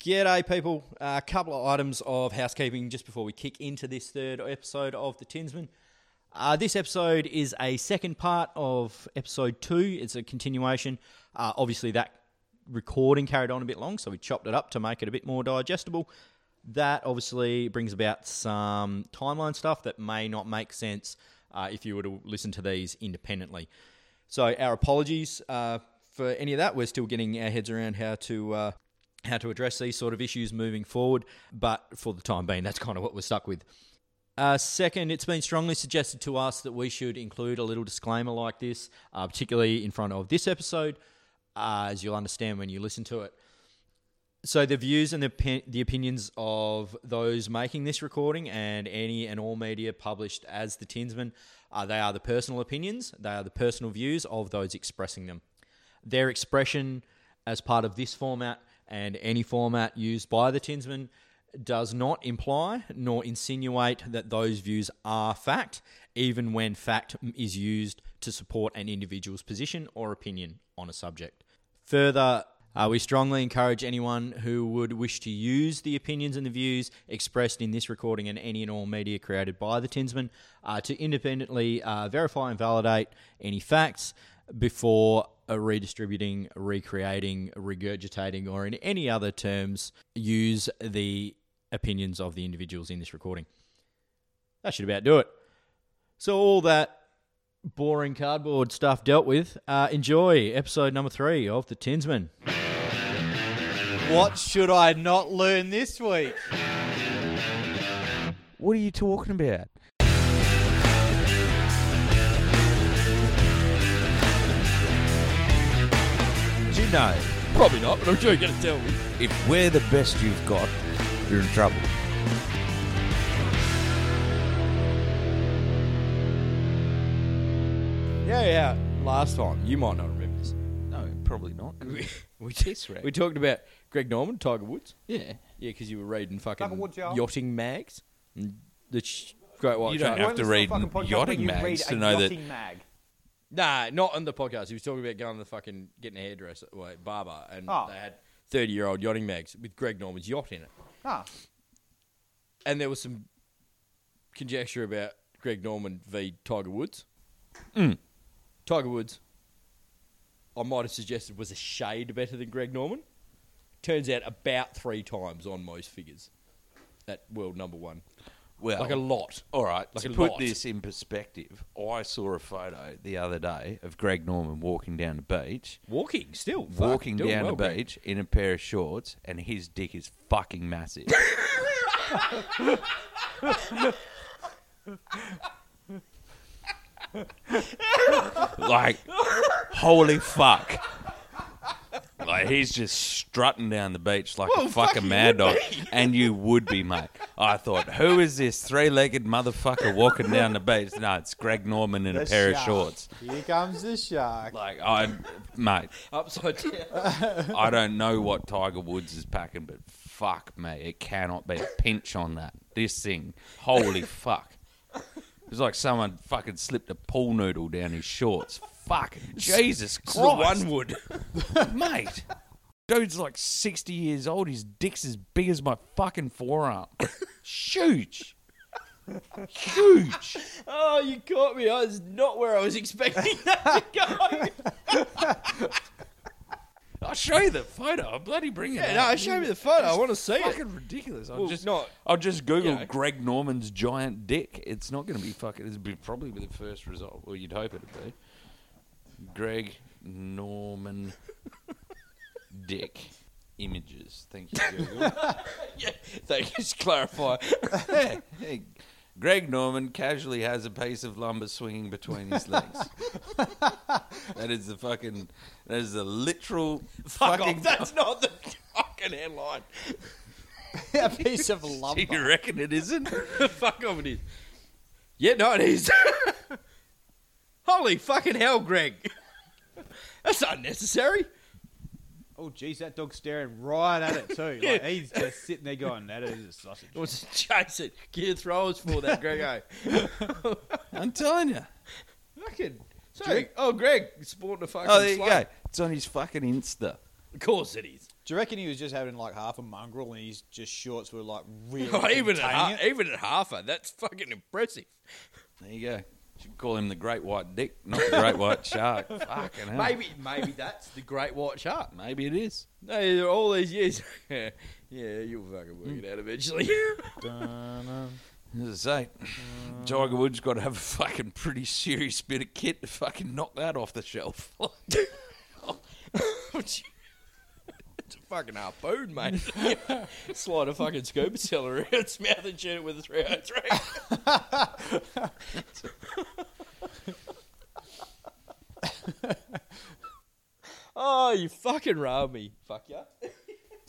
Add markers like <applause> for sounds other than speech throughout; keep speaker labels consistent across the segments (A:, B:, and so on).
A: G'day, people. Uh, A couple of items of housekeeping just before we kick into this third episode of The Tinsman. Uh, this episode is a second part of episode two. It's a continuation. Uh, obviously, that recording carried on a bit long, so we chopped it up to make it a bit more digestible. That obviously brings about some timeline stuff that may not make sense uh, if you were to listen to these independently. So our apologies uh, for any of that. We're still getting our heads around how to uh, how to address these sort of issues moving forward. But for the time being, that's kind of what we're stuck with. Uh, second, it's been strongly suggested to us that we should include a little disclaimer like this, uh, particularly in front of this episode, uh, as you'll understand when you listen to it. So the views and the, opi- the opinions of those making this recording and any and all media published as the Tinsman, uh, they are the personal opinions. They are the personal views of those expressing them. Their expression as part of this format and any format used by the Tinsman does not imply nor insinuate that those views are fact, even when fact is used to support an individual's position or opinion on a subject. Further, uh, we strongly encourage anyone who would wish to use the opinions and the views expressed in this recording and any and all media created by the Tinsman uh, to independently uh, verify and validate any facts before uh, redistributing, recreating, regurgitating, or in any other terms, use the opinions of the individuals in this recording. That should about do it. So, all that boring cardboard stuff dealt with. Uh, enjoy episode number three of The Tinsman.
B: What should I not learn this week?
C: What are you talking about? Do you know?
D: Probably not, but I'm sure you're going to tell me.
C: If we're the best you've got, you're in trouble.
A: Yeah, yeah. Last time, you might not remember this.
C: No, probably not. <laughs>
A: We,
C: Piss wreck.
A: we talked about Greg Norman, Tiger Woods.
C: yeah.
A: Yeah, because you were reading fucking
B: Tiger Woods, yeah.
A: yachting mags. and The sh- Great White
D: You don't
B: Uh,
A: Shark.
D: have to read yachting mags to know that-
B: Mag.
A: Nah, not on the podcast. He was talking about going to the fucking getting a hairdresser, well, barber, and
B: Oh.
A: they had thirty year old yachting mags with Greg Norman's yacht in it,
B: Ah,
A: and there was some conjecture about Greg Norman v Tiger Woods.
C: Mm.
A: Tiger Woods, I might have suggested was a shade better than Greg Norman. Turns out about three times on most figures at world number one,
C: Well,
A: like a lot.
C: all right.
A: like
C: to
A: a
C: put
A: lot.
C: this in perspective, I saw a photo the other day of Greg Norman walking down the beach,
A: Walking still, fuck,
C: walking
A: doing
C: down
A: well,
C: the
A: Greg.
C: beach in a pair of shorts, and his dick is fucking massive.
B: <laughs>
C: like, holy fuck. Like he's just strutting down the beach like a fucking mad dog, and you would be, mate. I thought, who is this three-legged motherfucker walking down the beach? No, it's Greg Norman in a
B: The
C: pair of
B: shark.
C: shorts.
B: here comes the shark.
C: Like I, mate,
A: upside
C: <laughs>
A: down.
C: I don't know what Tiger Woods is packing, but fuck me, it cannot be a pinch on that. This thing,
A: <laughs>
C: holy fuck! It's like someone fucking slipped a pool noodle down his shorts.
A: <laughs>
C: Fucking Jesus
A: It's not
C: Christ,
A: one wood.
C: <laughs> mate! Dude's like sixty years old. His dick's as big as my
A: <laughs>
C: fucking forearm. Huge, huge.
A: Oh, you caught me. I was not where I was expecting <laughs> that to
C: <laughs>
A: go.
C: I'll show you the photo. I'll bloody bring it.
A: Yeah,
C: up.
A: no, show me the photo. I want to see it.
C: fucking ridiculous. I'll
A: Well,
C: just
A: not-
C: I'll just Google
A: you know.
C: Greg Norman's giant dick. It's not going to be fucking. It'll be probably be the first result. Well, you'd hope it'd be Greg
A: <laughs>
C: Norman dick images. Thank you, Google.
A: Yeah, thank you. Just clarify. <laughs>
C: Hey, Greg Norman casually has a piece of lumber swinging between his
A: <laughs>
C: legs. that is the fucking. That is the literal
A: Fuck
C: fucking.
A: off. Oh, That's not the fucking headline.
B: <laughs> a piece <laughs> of
C: Do <laughs> you
B: lumber.
C: reckon it isn't?
A: <laughs> Fuck off it is. Yeah, no, it is. <laughs> Holy fucking hell, Greg. <laughs> That's unnecessary.
B: Oh, geez, that dog's staring right at it too. <laughs> Like,
A: Yeah.
B: he's just sitting there going, "That is a sausage."
A: I was chasing. Get your throwers for that, eh? Grego.
C: I'm telling you.
A: <laughs> fucking. So,
C: Drink.
A: oh, Greg, sporting a fucking
C: Oh, there you
A: slug.
C: go. It's on his fucking Insta.
A: Of course it is.
B: Do you reckon he was just having like half a mongrel and his just shorts were like really <laughs>
C: even at ha-
B: containing it?
C: even at halfer, that's fucking impressive. There you go. Should call him the Great White Dick, not the Great White Shark.
B: <laughs>
C: Fucking hell.
A: Maybe, maybe that's the great white shark.
C: Maybe it is.
A: <laughs> No, all these years. <laughs> yeah, you'll fucking work it out <laughs> eventually.
C: As I say,
B: Uh,
C: Tiger Woods got to have a fucking pretty serious bit of kit to fucking knock that off the shelf. <laughs>
A: it's a fucking harpoon, mate. <laughs> Slide a fucking scuba cellar out its mouth and shoot it with a 303. <laughs> oh, you fucking robbed me. Fuck ya. <laughs>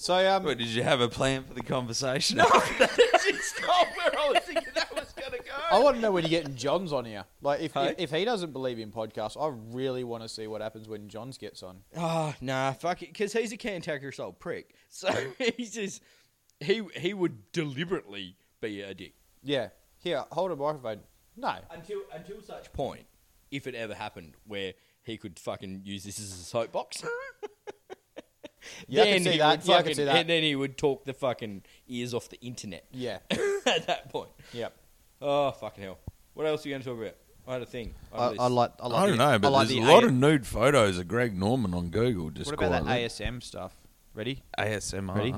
B: So um,
C: but did you have a plan for the conversation?
A: It's not where I was thinking that was going to go.
B: I want to know when you're getting Johns on here. Like if,
A: Hey?
B: if if he doesn't believe in podcasts, I really want to see what happens when Johns gets on.
A: Ah, nah, fuck it, because he's a cantankerous old prick. So <laughs> he's just he he would deliberately be a dick
B: Yeah. Here, hold a microphone. No.
A: until until such point, if it ever happened, where he could fucking use this as a soapbox.
B: <laughs>
A: <laughs>
B: Yeah, I can see
A: he
B: that.
A: would
B: Yeah, I can
A: fucking-
B: see that.
A: And then he would talk the fucking ears off the internet
B: <laughs> Yeah.
A: <laughs> at that point.
B: Yep.
A: Oh fucking hell! What else are you going to talk about? I had a thing.
B: I,
A: had a
B: I
A: list.
B: like. I, like
C: I don't
B: the-
C: know, but
B: I like
C: there's a
B: the
C: lot
B: A-
C: of nude photos of Greg Norman on Google. Just
B: What about that
C: quietly.
B: ASM stuff? Ready?
C: ASMR?
B: Ready?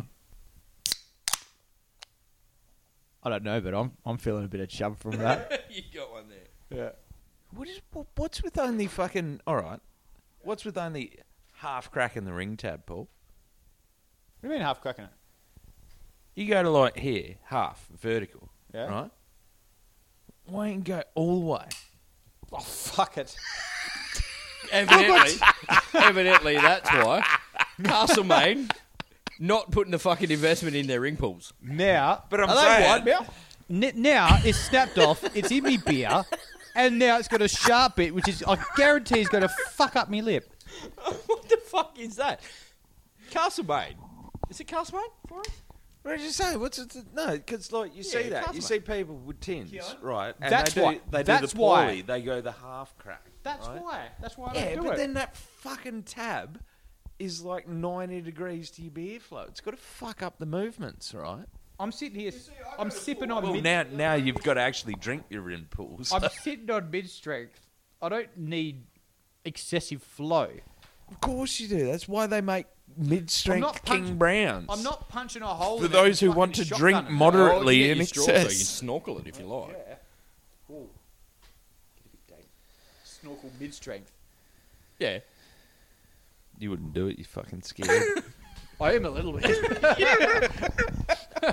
B: I don't know, but I'm I'm feeling a bit of chub from
A: <laughs>
B: that.
A: you got one there.
B: yeah.
C: What is wha- what's with only fucking all right? What's with only half cracking the ring tab, Paul?
B: What do you mean half cracking it?
C: You go to like here, half vertical,
B: Yeah.
C: right? Why ain't go all the way?
B: Oh fuck it.
A: Evidently, <laughs> evidently, that's why Castlemaine not putting the fucking investment in their ring pools. <laughs>
B: <laughs> Now,
C: But I'm
B: Are they
C: saying-
B: wide now? N- now it's snapped off. It's in me beer, and now it's got a sharp bit, which is I guarantee is going to fuck up me lip.
A: what the fuck is that? Castlemaine. Is it Castlemaine for us?
C: What did you say? What's it? No, because like you see that, you see people with tins, right? And
B: That's
C: they do,
B: why-
C: they
B: that's
C: do the
B: why.
C: poorly. They go the half crack.
B: That's
C: right?
B: why. That's why I
C: Yeah,
B: don't do
C: but
B: it.
C: then that fucking tab is like ninety degrees to your beer flow. It's got to fuck up the movements, right?
B: I'm sitting here. I'm sipping on.
C: Well,
B: mid-
C: now now you've got to actually drink your rim pools.
B: I'm sitting on mid strength. I don't need excessive flow.
C: Of course you do. That's why they make
B: I'm
C: mid-strength
B: not punch-
C: King Browns.
B: I'm not punching a hole.
C: For
B: in it and
C: those who
B: fucking
C: want to
B: shotgun
C: drink
B: it.
C: moderate-
A: Oh, you
C: Moderately
A: can get
C: in
A: your straw so you can
C: excess.
A: snorkel it if you like.
B: Snorkel mid strength.
A: Yeah.
C: You wouldn't do it. You fucking
A: <laughs>
C: scared.
B: I am a little bit. <laughs>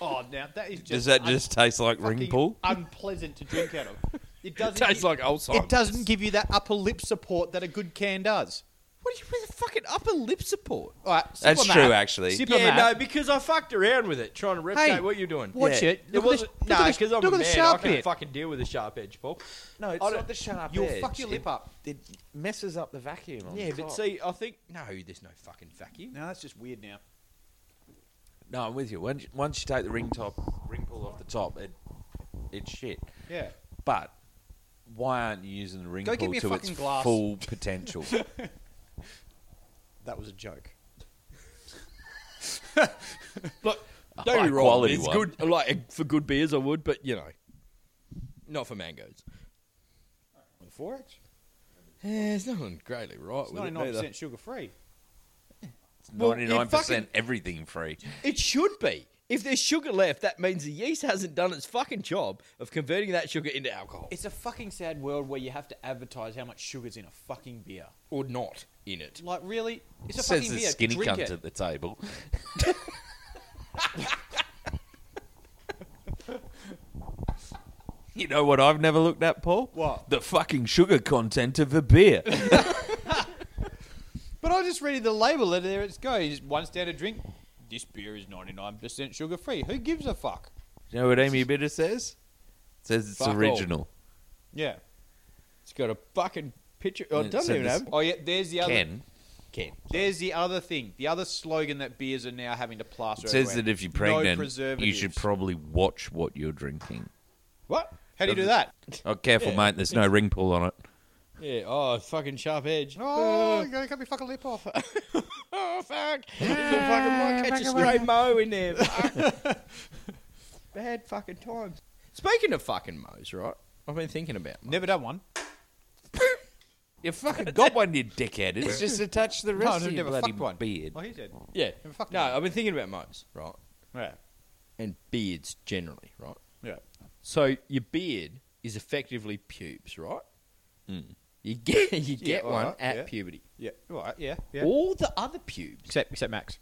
B: oh, now that is just.
C: Does that
B: un-
C: just taste like ring
B: fucking
C: pool?
B: Unpleasant to drink out of. <laughs> It doesn't.
A: Tastes
B: give,
A: like old
B: it doesn't give you that upper lip support that a good can does.
A: What do you mean the fucking upper lip support?
B: All right, sip
C: That's
B: on
C: true,
B: that.
C: actually.
B: Sip on
A: Yeah, no,
B: that.
A: because I fucked around with it, trying to replicate
B: Hey,
A: what you're doing.
B: watch
C: Yeah.
B: it.
A: It
B: Look at this-
A: wasn't
B: look
A: no,
B: at this-
A: because I'm
B: look
A: a
B: at the
A: man. I
B: sharp
A: can't
B: bit.
A: fucking deal with a sharp edge, Paul.
C: No, it's
A: I don't-
C: not the sharp
B: You'll
C: edge.
B: fuck your lip up.
C: It messes up the vacuum. On
A: Yeah,
C: the
A: but
C: top.
A: see, I think no, there's no fucking vacuum.
B: No, that's just weird now.
C: no, I'm with you. Once you, once you take the ring top, ring pull off the top, it it's shit.
B: Yeah.
C: But why aren't you using the ring
B: Go get
C: pull
B: me a
C: to its
B: fucking glass.
C: full
A: <laughs>
C: potential?
B: That was a joke.
A: Look,
C: high
A: don't be wrong.
C: quality
A: It's
C: one.
A: good, like for good beers, I would, but you know, not for mangoes.
B: On the 4H?
A: Yeah, it's nothing greatly right
B: It's
A: with it neither.
B: 99% sugar free.
A: Well, it
C: Ninety nine percent
A: fucking-
C: everything free.
A: It should be. If there's sugar left, that means the yeast hasn't done its fucking job of converting that sugar into alcohol,
B: It's a fucking sad world where you have to advertise how much sugar's in a fucking beer.
A: or not in it.
B: Like, really? It's a
C: Says
B: fucking
C: the
B: beer.
C: skinny
B: Drink
C: cunt
B: it.
C: at the table. <laughs> you know what I've never looked at, Paul?
B: What?
C: The fucking sugar content of a beer.
B: <laughs> But I just read the label and there it's go. You just one standard drink. This beer is 99% sugar free. Who gives a fuck?
C: you know what Amy Bitter says? says it's
A: Fuck all.
C: original.
B: Yeah.
A: It's got a fucking picture. Oh,
C: It
A: it doesn't
C: said
A: even
C: this-
A: have.
B: Oh, yeah, there's the other.
C: Ken
A: Ken.
B: There's the other thing. The other slogan that beers are now having to plaster
C: says
B: everywhere.
C: that if you're
B: No
C: pregnant, you
B: preservatives.
C: should probably watch what you're drinking.
B: What? How do you do that? <laughs>
C: Oh, careful, mate. There's no ring pull on it.
A: Yeah. Oh, fucking sharp edge.
B: Oh, you gotta cut my fucking lip off. <laughs>
A: Oh fuck! fucking might catch a stray mo in there. Fuck. Bad fucking times. <laughs> Speaking of fucking mo's, right? I've been thinking about. Mo.
B: Never done one.
C: You fucking got one, you dickhead. It's just attached to the
B: No,
C: rest
B: I've
C: of your
B: never
C: bloody
B: fucked one.
C: beard.
B: Oh, he did.
A: <laughs> Yeah.
B: Never fucked
A: No,
B: one.
A: I've been thinking about mo's, right?
B: Yeah.
A: And beards generally, right?
B: Yeah.
A: So your beard is effectively pubes, right? You get <laughs> you get one
B: alright,
A: at
B: yeah.
A: puberty.
B: Yeah. All right. Yeah. Yeah.
A: All the other pubes,
B: Except except Max.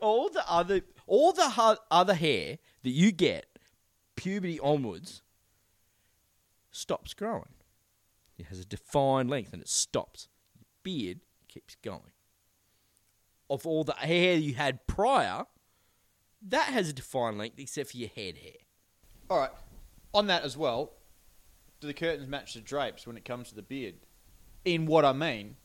A: all the other, all the hu- other hair that you get puberty onwards stops growing. It has a defined length and it stops. Your beard keeps going. Of all the hair you had prior, that has a defined length except for your head hair.
B: All right. On that as well, do the curtains match the drapes when it comes to the beard? In what I mean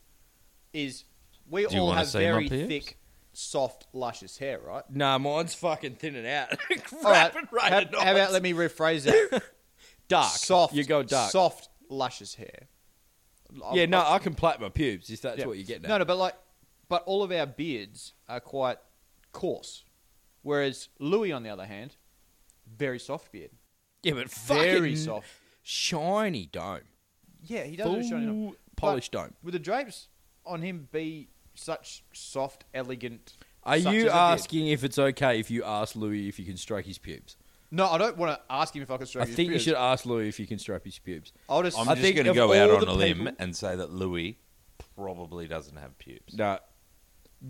B: is, we
C: Do you
B: all
C: wanna
B: have
C: see my
B: very
C: pubes?
B: thick, soft, luscious hair, right?
A: Nah, mine's fucking thinning
B: <laughs>
A: out.
B: All right.
A: Rapid
B: how,
A: rate
B: how about let me rephrase
C: <laughs>
B: that?
A: dark?
B: soft.
A: You go dark.
B: Soft, luscious hair.
A: Yeah, no, I can plait my pubes. If that's what you get.
B: No, no, but like, but all of our beards are quite coarse, whereas Louis, on the other hand, very soft beard,
A: yeah, but fucking
B: very soft.
A: shiny dome.
B: Yeah, he does have a shiny knob.
A: full polished dome.
B: Would the drapes on him be such soft, elegant?
A: Are
B: such as a
A: you
B: beard?
A: asking if it's okay if you ask Louis if you can stroke his pubes?
B: No, I don't want to ask him if I can
A: I
B: stroke his
A: think you
B: beard.
A: should ask Louis if you can stroke his pubes.
B: I'll just.
C: I'm
A: I
C: just
A: think
C: going to
A: of
C: go out
A: all
C: on
A: the
C: a limb
A: people-
C: and say that Louis probably doesn't have pubes.
A: No,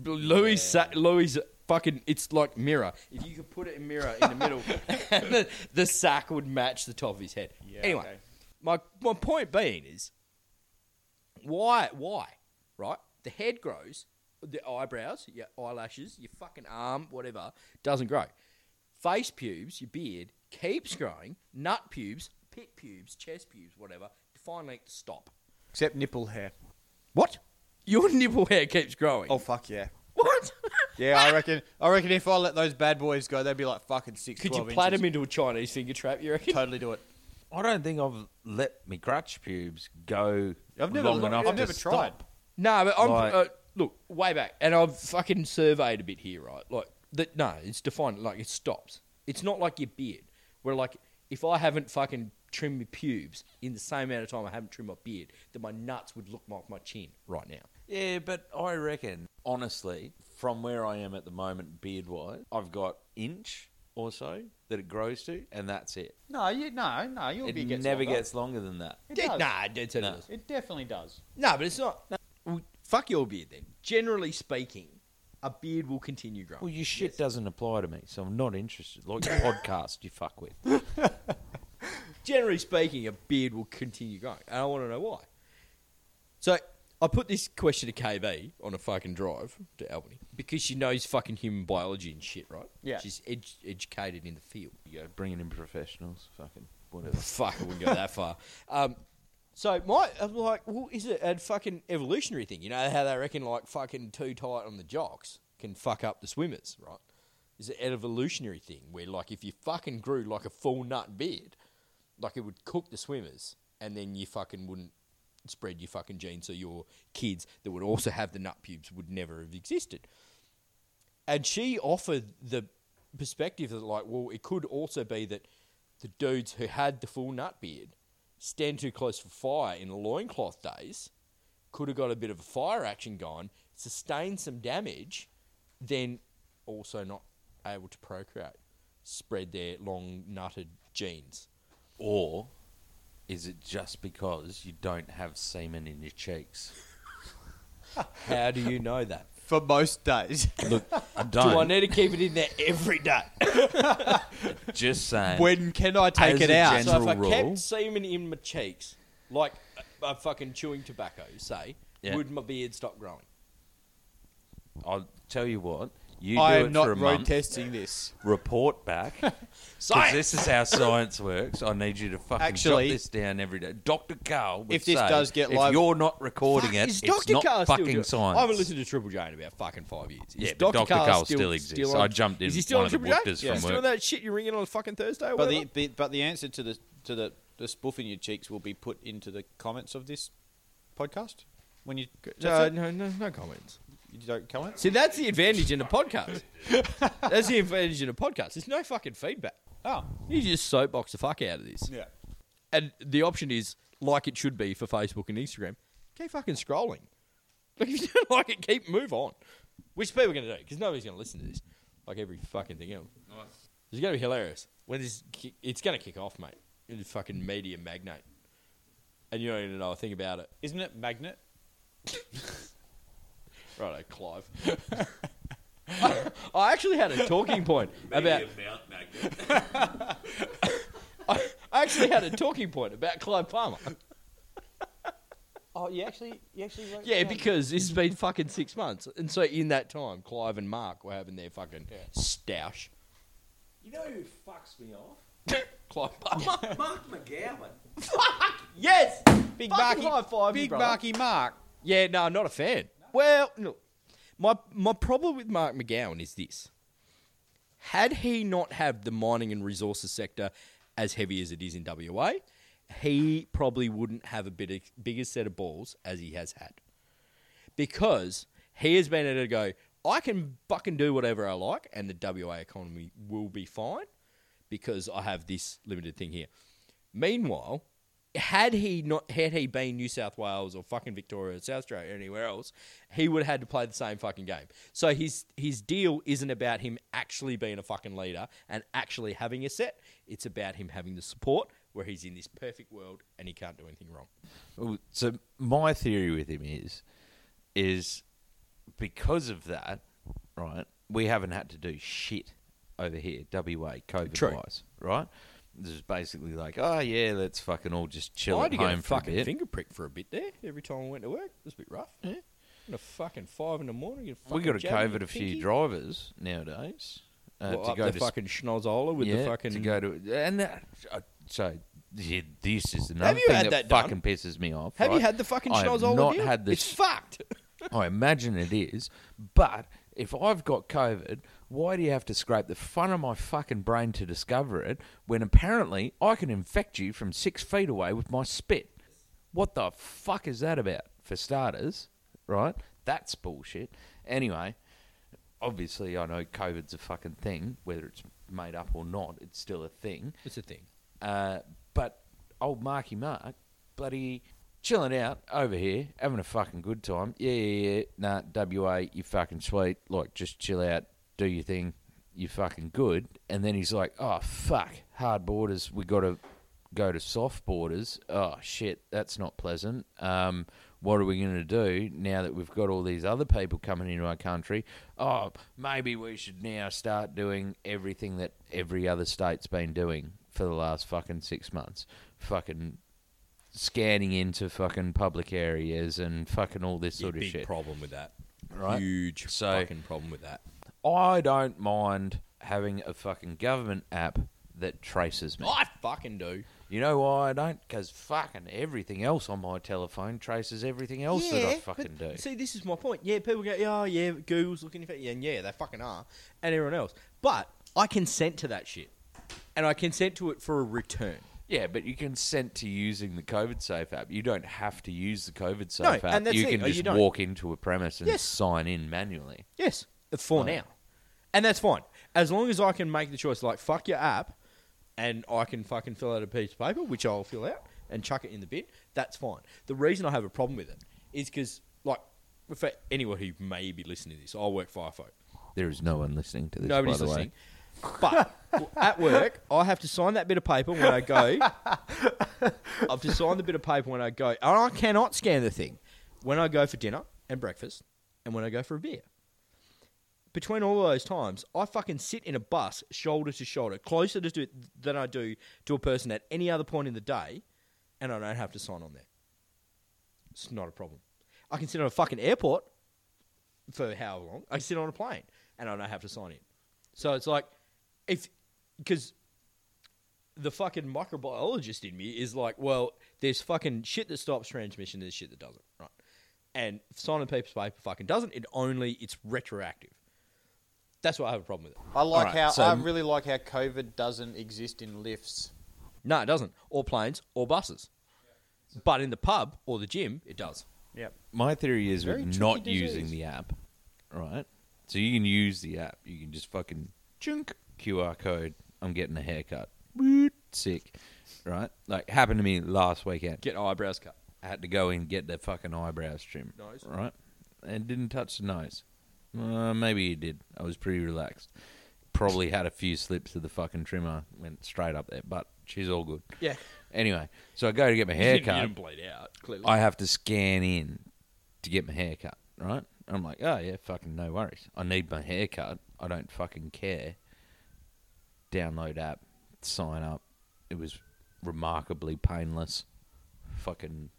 A: Louis, sa- Louis, fucking, it's like mirror. If you could put it in mirror in the
B: <laughs>
A: middle, <laughs> and the, the sack would match the top of his head. anyway,
B: okay.
A: my my point being is, why, why, right? The head grows, the eyebrows, your eyelashes, your fucking arm, whatever, doesn't grow. Face pubes, your beard keeps growing. Nut pubes, pit pubes, chest pubes, whatever, define length stop.
B: Except nipple hair.
A: What? Your <laughs> nipple hair keeps growing.
B: Oh fuck yeah.
A: What?
B: Yeah, I reckon. I reckon if I let those bad boys go, they'd be like fucking six.
A: Could you
B: 12
A: plait
B: inches.
A: him into a Chinese finger trap? You
B: <laughs>
A: reckon?
B: Totally do it.
C: I don't think I've let me crutch pubes go
B: I've never.
C: long enough
B: I've
C: to
B: never tried.
C: stop.
A: No, but I'm
C: Like-
A: uh, look way back, and I've fucking surveyed a bit here, right? Like that. No, it's defined. Like it stops. It's not like your beard, where like if I haven't fucking trimmed my pubes in the same amount of time I haven't trimmed my beard, then my nuts would look like my chin right now.
C: Yeah, but I reckon, honestly, from where I am at the moment, beard wise, I've got inch or so that it grows to, and that's it.
B: No, you no no. Your
C: It
B: beard gets
C: never
B: longer.
C: gets longer than that.
B: It
A: Yeah,
B: does.
A: nah, it's
C: No.
A: no.
B: It definitely does.
A: no, but it's not. Well, fuck your beard then. Generally speaking, a beard will continue growing.
C: Well, your shit doesn't apply to me, so I'm not interested.
B: <laughs>
C: Like your podcast, you fuck with.
A: generally speaking, a beard will continue growing, and I want to know why. So I put this question to KB on a fucking drive to Albany because she knows fucking human biology and shit, right?
B: Yeah.
A: she's edu- educated in the field.
C: You go bringing in professionals, fucking whatever.
A: Fuck, I wouldn't go that far. Um, so my, I'm like, well, is it a fucking evolutionary thing? You know how they reckon like fucking too tight on the jocks can fuck up the swimmers, right? Is it an evolutionary thing where like if you fucking grew like a full nut beard, like it would cook the swimmers, and then you fucking wouldn't spread your fucking genes, so your kids that would also have the nut pubes would never have existed and she offered the perspective that like well it could also be that the dudes who had the full nut beard stand too close for fire in loincloth days could have got a bit of a fire action going sustain some damage then also not able to procreate spread their long nutted genes
C: Or is it just because you don't have semen in your cheeks?
A: how do you know that
B: For most days.
C: Look, <laughs> I
A: do i
C: don't.
A: need to keep it in there every day
C: just saying.
B: when can I take
C: As
B: it
C: a
B: out?
C: gen-
A: So if I
C: General rule.
A: kept semen in my cheeks, like a, a fucking chewing tobacco, say,
C: Yeah.
A: would my beard stop growing?
C: I'll tell you what. You do
B: I
C: it
B: am
C: for a
B: not road
C: month.
B: testing this.
C: report back. Because
A: Science!
C: this is how science works. I need you to fucking
B: Actually-
C: jot this down every day. Dr. Carl would
B: If this
C: say,
B: does get
C: if
B: live-
C: you're not recording
A: Fuck,
C: it,
A: is
C: it's not
A: Carr still
C: fucking
A: doing-
C: science.
A: I haven't listened to Triple J in about fucking five years. Is
C: Yeah, but Dr.
A: Carr
C: Carl still exists. I jumped in
A: Is he still
C: one
A: on
C: of the
A: Triple J?
C: wooters
A: Is he
C: from
A: still
C: work.
A: on that shit you're ringing on a fucking Thursday or
B: But
A: whatever?
B: the, the but the answer to the to the the spoof in your cheeks will be put into the comments of this podcast when you
C: uh,
A: No,
B: that's it?
A: no, no, no comments.
B: you don't comment.
A: See, that's the advantage in a
C: <laughs>
A: podcast. that's the advantage in a podcast. There's no fucking feedback.
B: Oh,
A: You just soapbox the fuck out of this.
B: yeah.
A: And the option is, like it should be for Facebook and Instagram, keep fucking scrolling. <laughs> Like, if you don't like it, keep move on. Which people are going to do, because nobody's going to listen to this, like every fucking thing else. It's going to be hilarious. when this ki- It's going to kick off, mate. It's fucking media magnate. And you're not going to know a thing about it.
B: Isn't it magnet?
A: Righto, Clive. <laughs> I actually had a talking point about. <laughs> I I actually had a talking point about Clive Palmer.
B: Oh, you actually, you actually. Wrote
A: Yeah, because it's been fucking six months, and so in that time, Clive and Mark were having their fucking stoush.
E: You know who fucks me off?
A: <laughs> Clive Palmer.
E: Mark
A: <laughs>
E: McGowan.
A: yes. Fucking
B: big barky,
A: high five me,
B: big
A: brother.
B: barky Mark.
A: Yeah, no, I'm not a fan. Well, no. My my problem with Mark McGowan is this. Had he not have the mining and resources sector as heavy as it is in WA, he probably wouldn't have a bit of, bigger set of balls as he has had. Because he has been able to go, I can fucking do whatever I like and the WA economy will be fine because I have this limited thing here. Meanwhile, had he not had he been New South Wales or fucking Victoria or South Australia or anywhere else, he would have had to play the same fucking game. So his his deal isn't about him actually being a fucking leader and actually having a set. It's about him having the support where he's in this perfect world and he can't do anything wrong.
C: Well, Oh, So my theory with him is, is because of that, right? We haven't had to do shit over here, WA COVID
A: True.
C: wise, right? This is basically like, oh yeah, let's fucking all just chill
A: I had
C: at
A: to get a
C: home for a
A: fucking
C: bit.
A: finger prick for a bit there every time I went to work. It was a bit rough. Yeah. And a fucking five in the morning. get
C: we
A: fucking
C: got to
A: jab in
C: COVID
A: the
C: a few
A: pinky.
C: drivers nowadays uh,
A: Well,
C: to
A: up
C: go
A: the
C: to sp-
A: fucking schnozola with the
C: yeah,
A: fucking
C: to go to and that. Uh, so yeah, this is another
A: Have you
C: thing
A: had
C: that,
A: that done?
C: fucking pisses me off.
A: Have you
C: right?
A: had the fucking
C: I have
A: schnozola
C: not
A: deal?
C: had the
A: It's fucked.
C: <laughs> I imagine it is, but if I've got COVID, why do you have to scrape the front of my fucking brain to discover it when apparently I can infect you from six feet away with my spit? What the fuck is that about, for starters? Right? That's bullshit. Anyway, obviously, I know COVID's a fucking thing, whether it's made up or not, it's still a thing.
A: It's a thing.
C: Uh, but old Marky Mark, bloody chilling out over here, having a fucking good time. Yeah, yeah, yeah. Nah, WA, you fucking sweet. Like, just chill out, do your thing. You fucking good. And then he's like, oh, fuck, hard borders. We got to go to soft borders. Oh, shit, that's not pleasant. Um, what are we going to do now that we've got all these other people coming into our country? Oh, maybe we should now start doing everything that every other state's been doing for the last fucking six months. Fucking scanning into fucking public areas and fucking all this sort of
A: big
C: shit.
A: problem with that.
C: Right.
A: Huge
C: So-
A: fucking problem with that.
C: I don't mind having a fucking government app that traces me.
A: I fucking do.
C: You know why I don't? Because fucking everything else on my telephone traces everything else that I fucking do.
A: See, this is my point. Yeah, people go, oh, yeah, Google's looking for you. And yeah, they fucking are. And everyone else. But I consent to that shit. And I consent to it for a return.
C: Yeah, but you consent to using the COVID Safe app. You don't have to use the COVID Safe
A: No,
C: app.
A: and that's
C: you
A: it.
C: can
A: Oh, you
C: just
A: don't.
C: walk into a premise and
A: Yes.
C: sign in manually.
A: Yes, for now. And that's fine. As long as I can make the choice, like, fuck your app, and I can fucking fill out a piece of paper, which I'll fill out, and chuck it in the bin, that's fine. The reason I have a problem with it is because, like, for anyone who may be listening to this, I work FIFO.
C: There is no one listening to this.
A: Nobody's
C: by the
A: listening.
C: Way.
A: But at work, I have to sign that bit of paper when I
C: <laughs>
A: go. I've to sign the bit of paper when I go. And I cannot scan the thing when I go for dinner and breakfast and when I go for a beer. Between all those times, I fucking sit in a bus shoulder to shoulder, closer to do, than I do to a person at any other point in the day, and I don't have to sign on there. It's not a problem. I can sit on a fucking airport for how long? I sit on a plane and I don't have to sign in. So it's like, if because the fucking microbiologist in me is like, well, there's fucking shit that stops transmission, there's shit that doesn't, right? And signing papers paper fucking doesn't. It only it's retroactive. That's why I have a problem with it.
B: I like
C: Alright,
B: how
C: so-
B: I really like how COVID doesn't exist in lifts.
A: No, it doesn't. Or planes or buses. But in the pub or the gym, it does.
B: Yep.
C: My theory is
B: Very
C: with
B: tricky
C: not
B: disease.
C: using the app, right? So you can use the app. You can just fucking chunk QR code. I'm getting a haircut. Woot, sick, right? Like happened to me last weekend.
A: Get eyebrows cut.
C: I had to go and get the fucking eyebrows trimmed.
A: Nice.
C: Right? And didn't touch the nose. Uh, maybe it did. I was pretty relaxed. Probably had a few slips of the fucking trimmer. Went straight up there, but she's all good.
A: Yeah.
C: Anyway, so I go to get my
A: You
C: hair
A: didn't- You
C: cut.
A: didn't bleed out, clearly.
C: I have to scan in to get my hair cut, right? I'm like, oh yeah, fucking no worries. I need my hair cut. I don't fucking care. Download app, sign up. It was remarkably painless. Fucking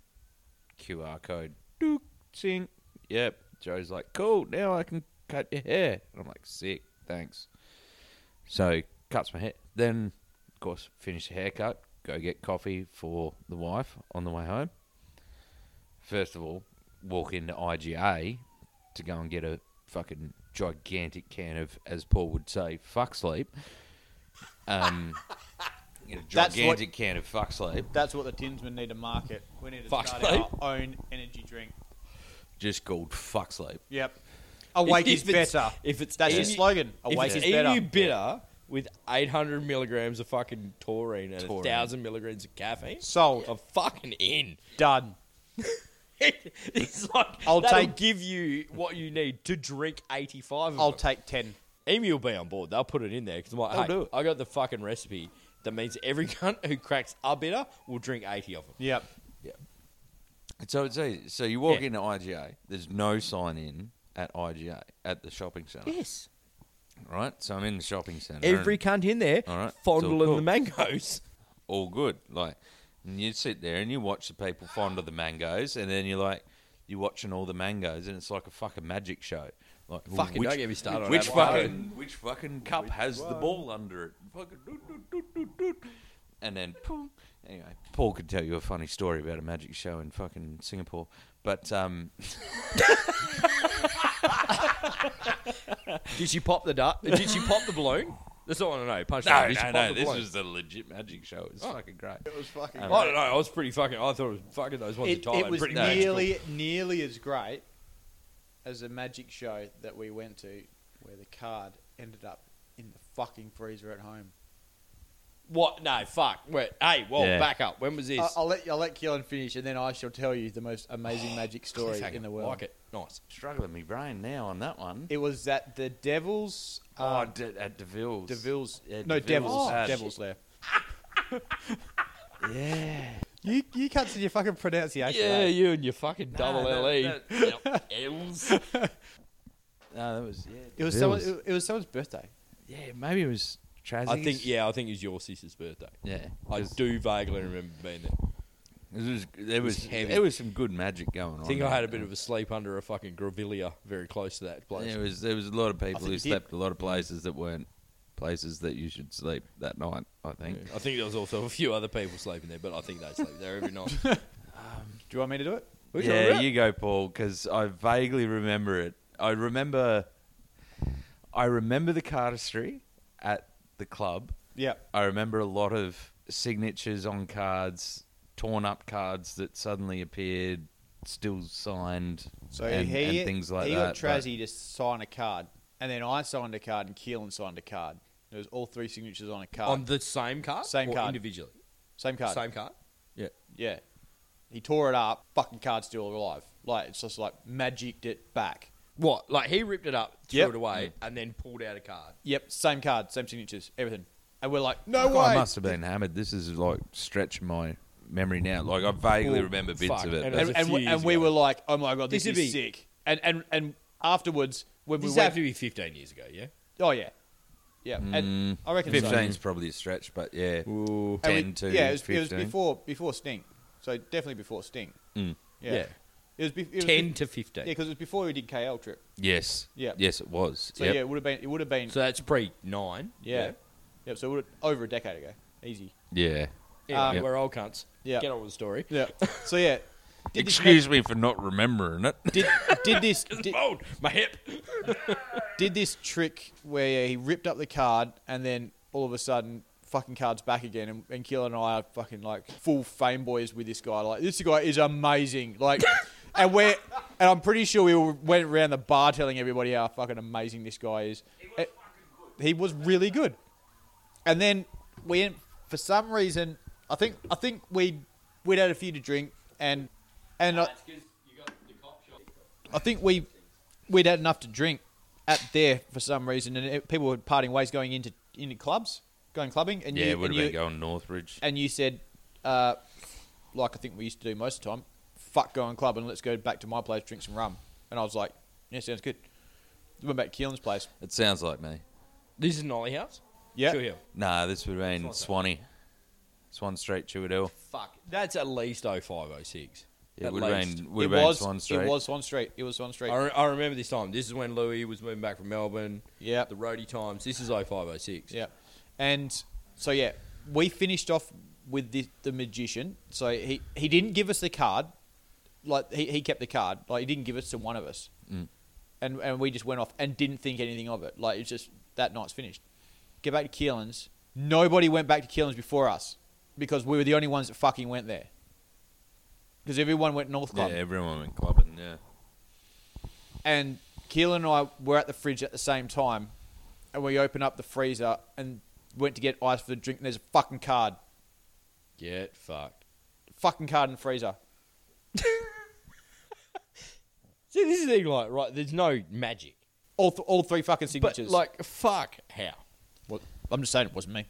C: QR code. Dook, sing. Yep. Joe's like, cool. Now I can cut your hair. And I'm like, sick. Thanks. So cuts my hair. Then, of course, finish the haircut. Go get coffee for the wife on the way home first of all, walk into IGA to go and get a fucking gigantic can of, as Paul would say, fuck sleep. Um, get a
B: That's what-
C: gigantic can of fuck sleep.
B: That's what the tinsmen need to market. We need to
C: Fuck
B: start
C: sleep.
B: our own energy drink.
C: Just called fuck sleep.
B: Yep. Awake is
A: If it's-
B: better.
A: if it's
B: that's your
A: any-
B: slogan. Awake
A: if
B: is
A: it's
B: better.
A: EU bitter with 800 milligrams of fucking taurine and a
C: Taurine.
A: 1,000 milligrams of caffeine,
B: Sold.
A: I'm fucking in. <laughs>
B: Done.
A: it's like,
B: I'll
A: I'll
B: take-
A: give you what you need to drink 85 of
B: I'll
A: them.
B: take ten.
A: Emu will be on board. They'll put it in there because I'm like, hey,
C: do it.
A: I got the fucking recipe that means every <laughs> cunt who cracks a bitter will drink 80 of them.
B: Yep.
C: So it's easy. So you walk
A: Yeah.
C: into IGA. There's no sign in at IGA at the shopping centre.
A: Yes.
C: Right. So I'm in the shopping centre.
A: Mm. Every
C: and
A: cunt in there
C: All right, it's all
A: fondling
C: cool.
A: the mangoes. <laughs>
C: all good. Like, and you sit there and you watch the people fondle the mangoes, and then you're like, you're watching all the mangoes, and it's like a fucking magic show. Like,
A: Fucking don't get me started on
C: Which
A: that.
C: fucking which fucking cup has the ball under it? Fucking doot, doot, doot, doot, doot. and then boom. Anyway, Paul could tell you a funny story about a magic show in fucking Singapore, but um,
A: Did she pop the duck? Did she pop the balloon? That's all I want to know. Punch
C: no,
A: Did she
C: no,
A: pop
C: no,
A: the Oh,
C: this
A: balloon?
C: is the legit magic show. It's fucking great.
B: It was fucking.
A: I don't know. I was pretty fucking. I thought it was fucking those ones
B: It,
A: in Thailand.
B: it was
A: pretty magical.
B: nearly nearly as great as the magic show that we went to, where the card ended up in the fucking freezer at home.
A: What? No, fuck. Wait, hey, well,
C: Yeah.
A: back up. When was this?
B: I, I'll let I'll let Keelan finish, and then I shall tell you the most amazing magic story
A: Cliffhanger.
B: in the world.
A: Oh, Like it. Nice.
C: Struggling me brain now on that one.
B: It was that the Devils.
C: oh,
B: Uh,
C: De- at Deville's.
B: Devils.
C: Yeah,
B: no,
C: Devils.
B: Devils.
C: Oh,
B: Devils there.
C: Yeah.
B: You you cuts in your fucking pronunciation.
A: Yeah,
B: eh?
A: you and your fucking double E.
C: that-
A: LE.
C: that- No, that was yeah.
B: It was someone, it, it was someone's birthday.
C: Yeah, maybe it was Trazzy's.
A: I think, yeah, I think it was your sister's birthday.
C: Yeah,
A: I
C: it
A: do vaguely remember being there.
C: was. There was.
A: was heavy.
C: There was some good magic going on.
A: I think I had a bit of a sleep under a fucking grevillea very close to that place.
C: There was. There was a lot of
B: I
C: people
B: think
C: who
B: you did.
C: slept. A lot of places that weren't places that you should sleep that night. I think.
A: I think there was also a few other people sleeping there, but I think they sleep there every night.
B: Do you want me to do it?
C: yeah, you go, Paul, because I vaguely remember it. I remember. I remember the cardistry at the club.
B: Yeah.
C: I remember a lot of signatures on cards, torn up cards that suddenly appeared, still signed,
B: So
C: and,
B: he
C: and things like
B: he
C: that.
B: got Trazzy to sign a card, and then I signed a card, and Keelan signed a card. There was all three signatures on a
A: <laughs>
B: card.
A: On the same card?
B: Same
A: or
B: card.
A: Individually.
B: same card.
A: Same card?
B: Yeah. He tore it up. Fucking card still alive. Like it's just like magicked it back.
A: What? Like he ripped it up, threw
B: Yep.
A: it away, and then pulled out a card.
B: Yep. Same card. Same signatures. Everything. And we're like,
C: but
B: no
C: Fuck,
B: way.
C: I must have been hammered. This is like stretching my memory now. Like I vaguely
A: Well,
C: remember bits
A: fuck,
C: of it.
A: and
C: but-
A: it was
B: and,
A: a
B: and,
A: few
B: we-
A: years
B: and we
A: ago.
B: were like, oh my god, this
A: This'd
B: is
A: be-
B: sick. And and and afterwards when
A: This
B: we
A: had
B: went,
A: to be 15 years ago, yeah?
B: oh yeah, yeah,
A: Mm.
B: and I reckon so.
C: 15's probably a stretch, but yeah,
B: And we-
C: 10 to
B: yeah, it was, it was
C: 15.
B: before before Sting, so definitely before Sting.
C: Mm.
B: Yeah.
A: Yeah.
B: it was be- it was
A: 10
B: be-
A: to
B: yeah,
A: 15.
B: because it was before we did KL trip.
C: Yes,
B: Yeah.
C: yes, it was.
B: So
C: Yep.
B: yeah, it would have been it would have been
A: so that's pre 9.
B: yeah, Yep, So it would over a decade ago, easy.
C: yeah.
A: Anyway,
B: Um,
A: we're old cunts.
B: Yeah.
A: Get on with the story.
B: Yeah. So yeah, did this
C: Excuse me for not remembering it.
B: did did this did,
A: Oh, my hip.
B: did this trick where he ripped up the card and then all of a sudden fucking cards back again, and, and Keelan and I are fucking like full fame boys with this guy. Like this guy is amazing. Like, and we're and I'm pretty sure we all went around the bar telling everybody how fucking amazing this guy is. It- He was really good. And then we, en- for some reason, I think I think we we'd had a few to drink, and and I, I think we we'd had enough to drink at there for some reason, and it, people were parting ways going into into clubs, going clubbing, and
C: Yeah,
B: you,
C: it would
B: and
C: have been
B: you-
C: going Northridge.
B: and you said, uh, like I think we used to do most of the time, fuck going club and let's go back to my place, drink some rum. And I was like, yeah, sounds good. We went back to Keelan's place.
C: It sounds like me.
A: This is Nolly House?
B: Yeah.
A: Chew Hill.
C: Nah, this would have been Swanee. Swan Street, Cheward Hill.
B: Fuck.
A: That's at least 0506.
C: It
A: At
C: would have
A: least.
C: been, would have
B: it
C: been
B: was
C: Swan Street.
B: It was Swan Street. It was Swan Street.
A: I, re- I remember this time. This is when Louis was moving back from Melbourne.
B: Yeah.
A: The roadie times. This is 0506.
B: Yeah. And so yeah, we finished off with the, the magician. So he, he didn't give us the card. Like he, he kept the card. Like he didn't give it to one of us.
C: Mm.
B: And and we just went off and didn't think anything of it. Like it's just that night's finished. Get back to Keelan's. Nobody went back to Keelan's before us because we were the only ones that fucking went there. Because everyone went North
C: Yeah,
B: Club.
C: everyone went clubbing, yeah.
B: and Keelan and I were at the fridge at the same time, and we opened up the freezer and went to get ice for the drink. And there's a fucking card,
A: Get fucked.
B: fucking card in the freezer.
A: See, this is even like, right, there's no magic.
B: All, th- all three fucking
A: But,
B: signatures.
A: like, fuck, how?
B: Well, I'm just saying it wasn't <laughs> me.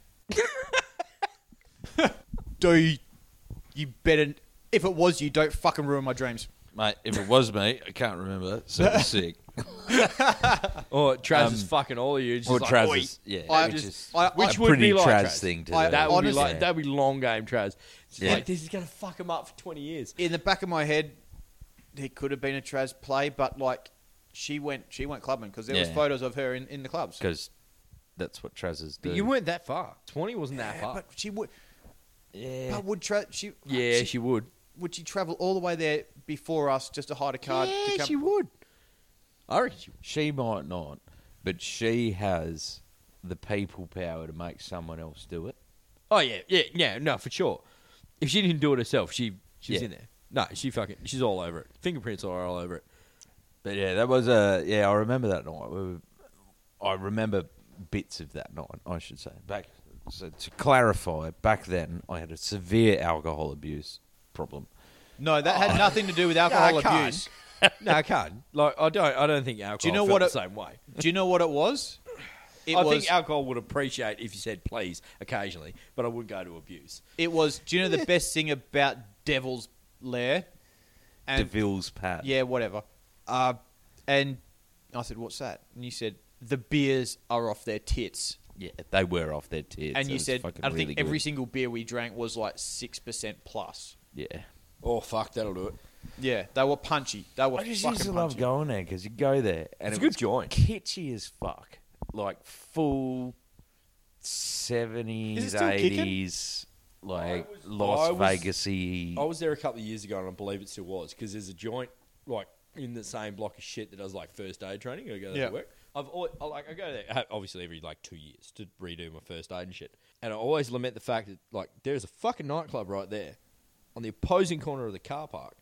B: Dude, you better. If it was you, don't fucking ruin my dreams.
C: Mate, if it was me, I can't remember. So it's <laughs> sick.
A: Or Oh, Traz
C: Um,
A: is fucking all of you. It's
C: Or
A: just like,
C: trousers. Yeah,
B: I
C: which
B: just-
C: is
B: I- I-
C: a
A: Which would
C: pretty
A: be like
C: Traz
A: Traz.
C: thing to
B: I-
C: do.
A: That would be
B: Honestly-
A: like that'd be long game, Traz. It's
C: Yeah.
A: Like this is gonna fuck him up for twenty years.
B: In the back of my head, it could have been a Traz play, but like, she went, she went clubbing because there was
C: Yeah.
B: photos of her in, in the clubs.
C: Because that's what trousers do.
A: But you weren't that far. Twenty wasn't that
B: Yeah,
A: far.
B: but she would.
A: yeah,
B: But would tra- she?
A: yeah, she,
B: she-
A: would.
B: would she travel all the way there before us just to hide a card? to
A: yeah,
B: come-
A: she would. I reckon she would.
C: She might not, but she has the people power to make someone else do it.
A: Oh yeah, yeah, yeah. No, for sure. If she didn't do it herself, she she's
C: Yeah.
A: in there. No, she fucking she's all over it. Fingerprints are all over it.
C: But yeah, that was a yeah. I remember that night. We were, I remember bits of that night. I should say back. So to clarify, back then I had a severe alcohol abuse problem.
B: No, that
C: Oh.
B: had nothing to do with alcohol abuse.
A: no, I can't. Like I don't. I don't think alcohol.
B: Do you know
A: felt
B: what
A: the
B: it-
A: same way?
B: Do you know what it was? It
A: I
B: was.
A: think alcohol would appreciate if you said please occasionally, but I wouldn't go to abuse.
B: it was. Do you know the best thing about Devil's Lair? And
C: Deville's pad.
B: yeah, whatever. Uh, and I said, "What's that?" And you said, "The beers are off their tits."
C: yeah, they were off their tits.
B: and
C: It
B: you
C: was
B: said, "I
C: fucking
B: think
C: really
B: every
C: good.
B: single beer we drank was like six percent plus."
C: yeah."
A: Oh fuck, that'll do it.
B: Yeah, they were punchy. They were
C: I just
B: fucking
C: used to
B: punchy.
C: love going there because you go there and
A: It's
C: it
A: a good
C: was
A: joint.
C: kitschy as fuck, like full seventies,
B: still kicking?
C: eighties, like
A: was- I
C: Las
A: was-
C: Vegasy.
A: I was there a couple of years ago, and I believe it still was because there's a joint like in the same block of shit that does like first aid training. I go there
B: Yeah.
A: to work. I've always, I, like I go there uh, obviously every like two years to redo my first aid and shit, and I always lament the fact that like there's a fucking nightclub right there on the opposing corner of the car park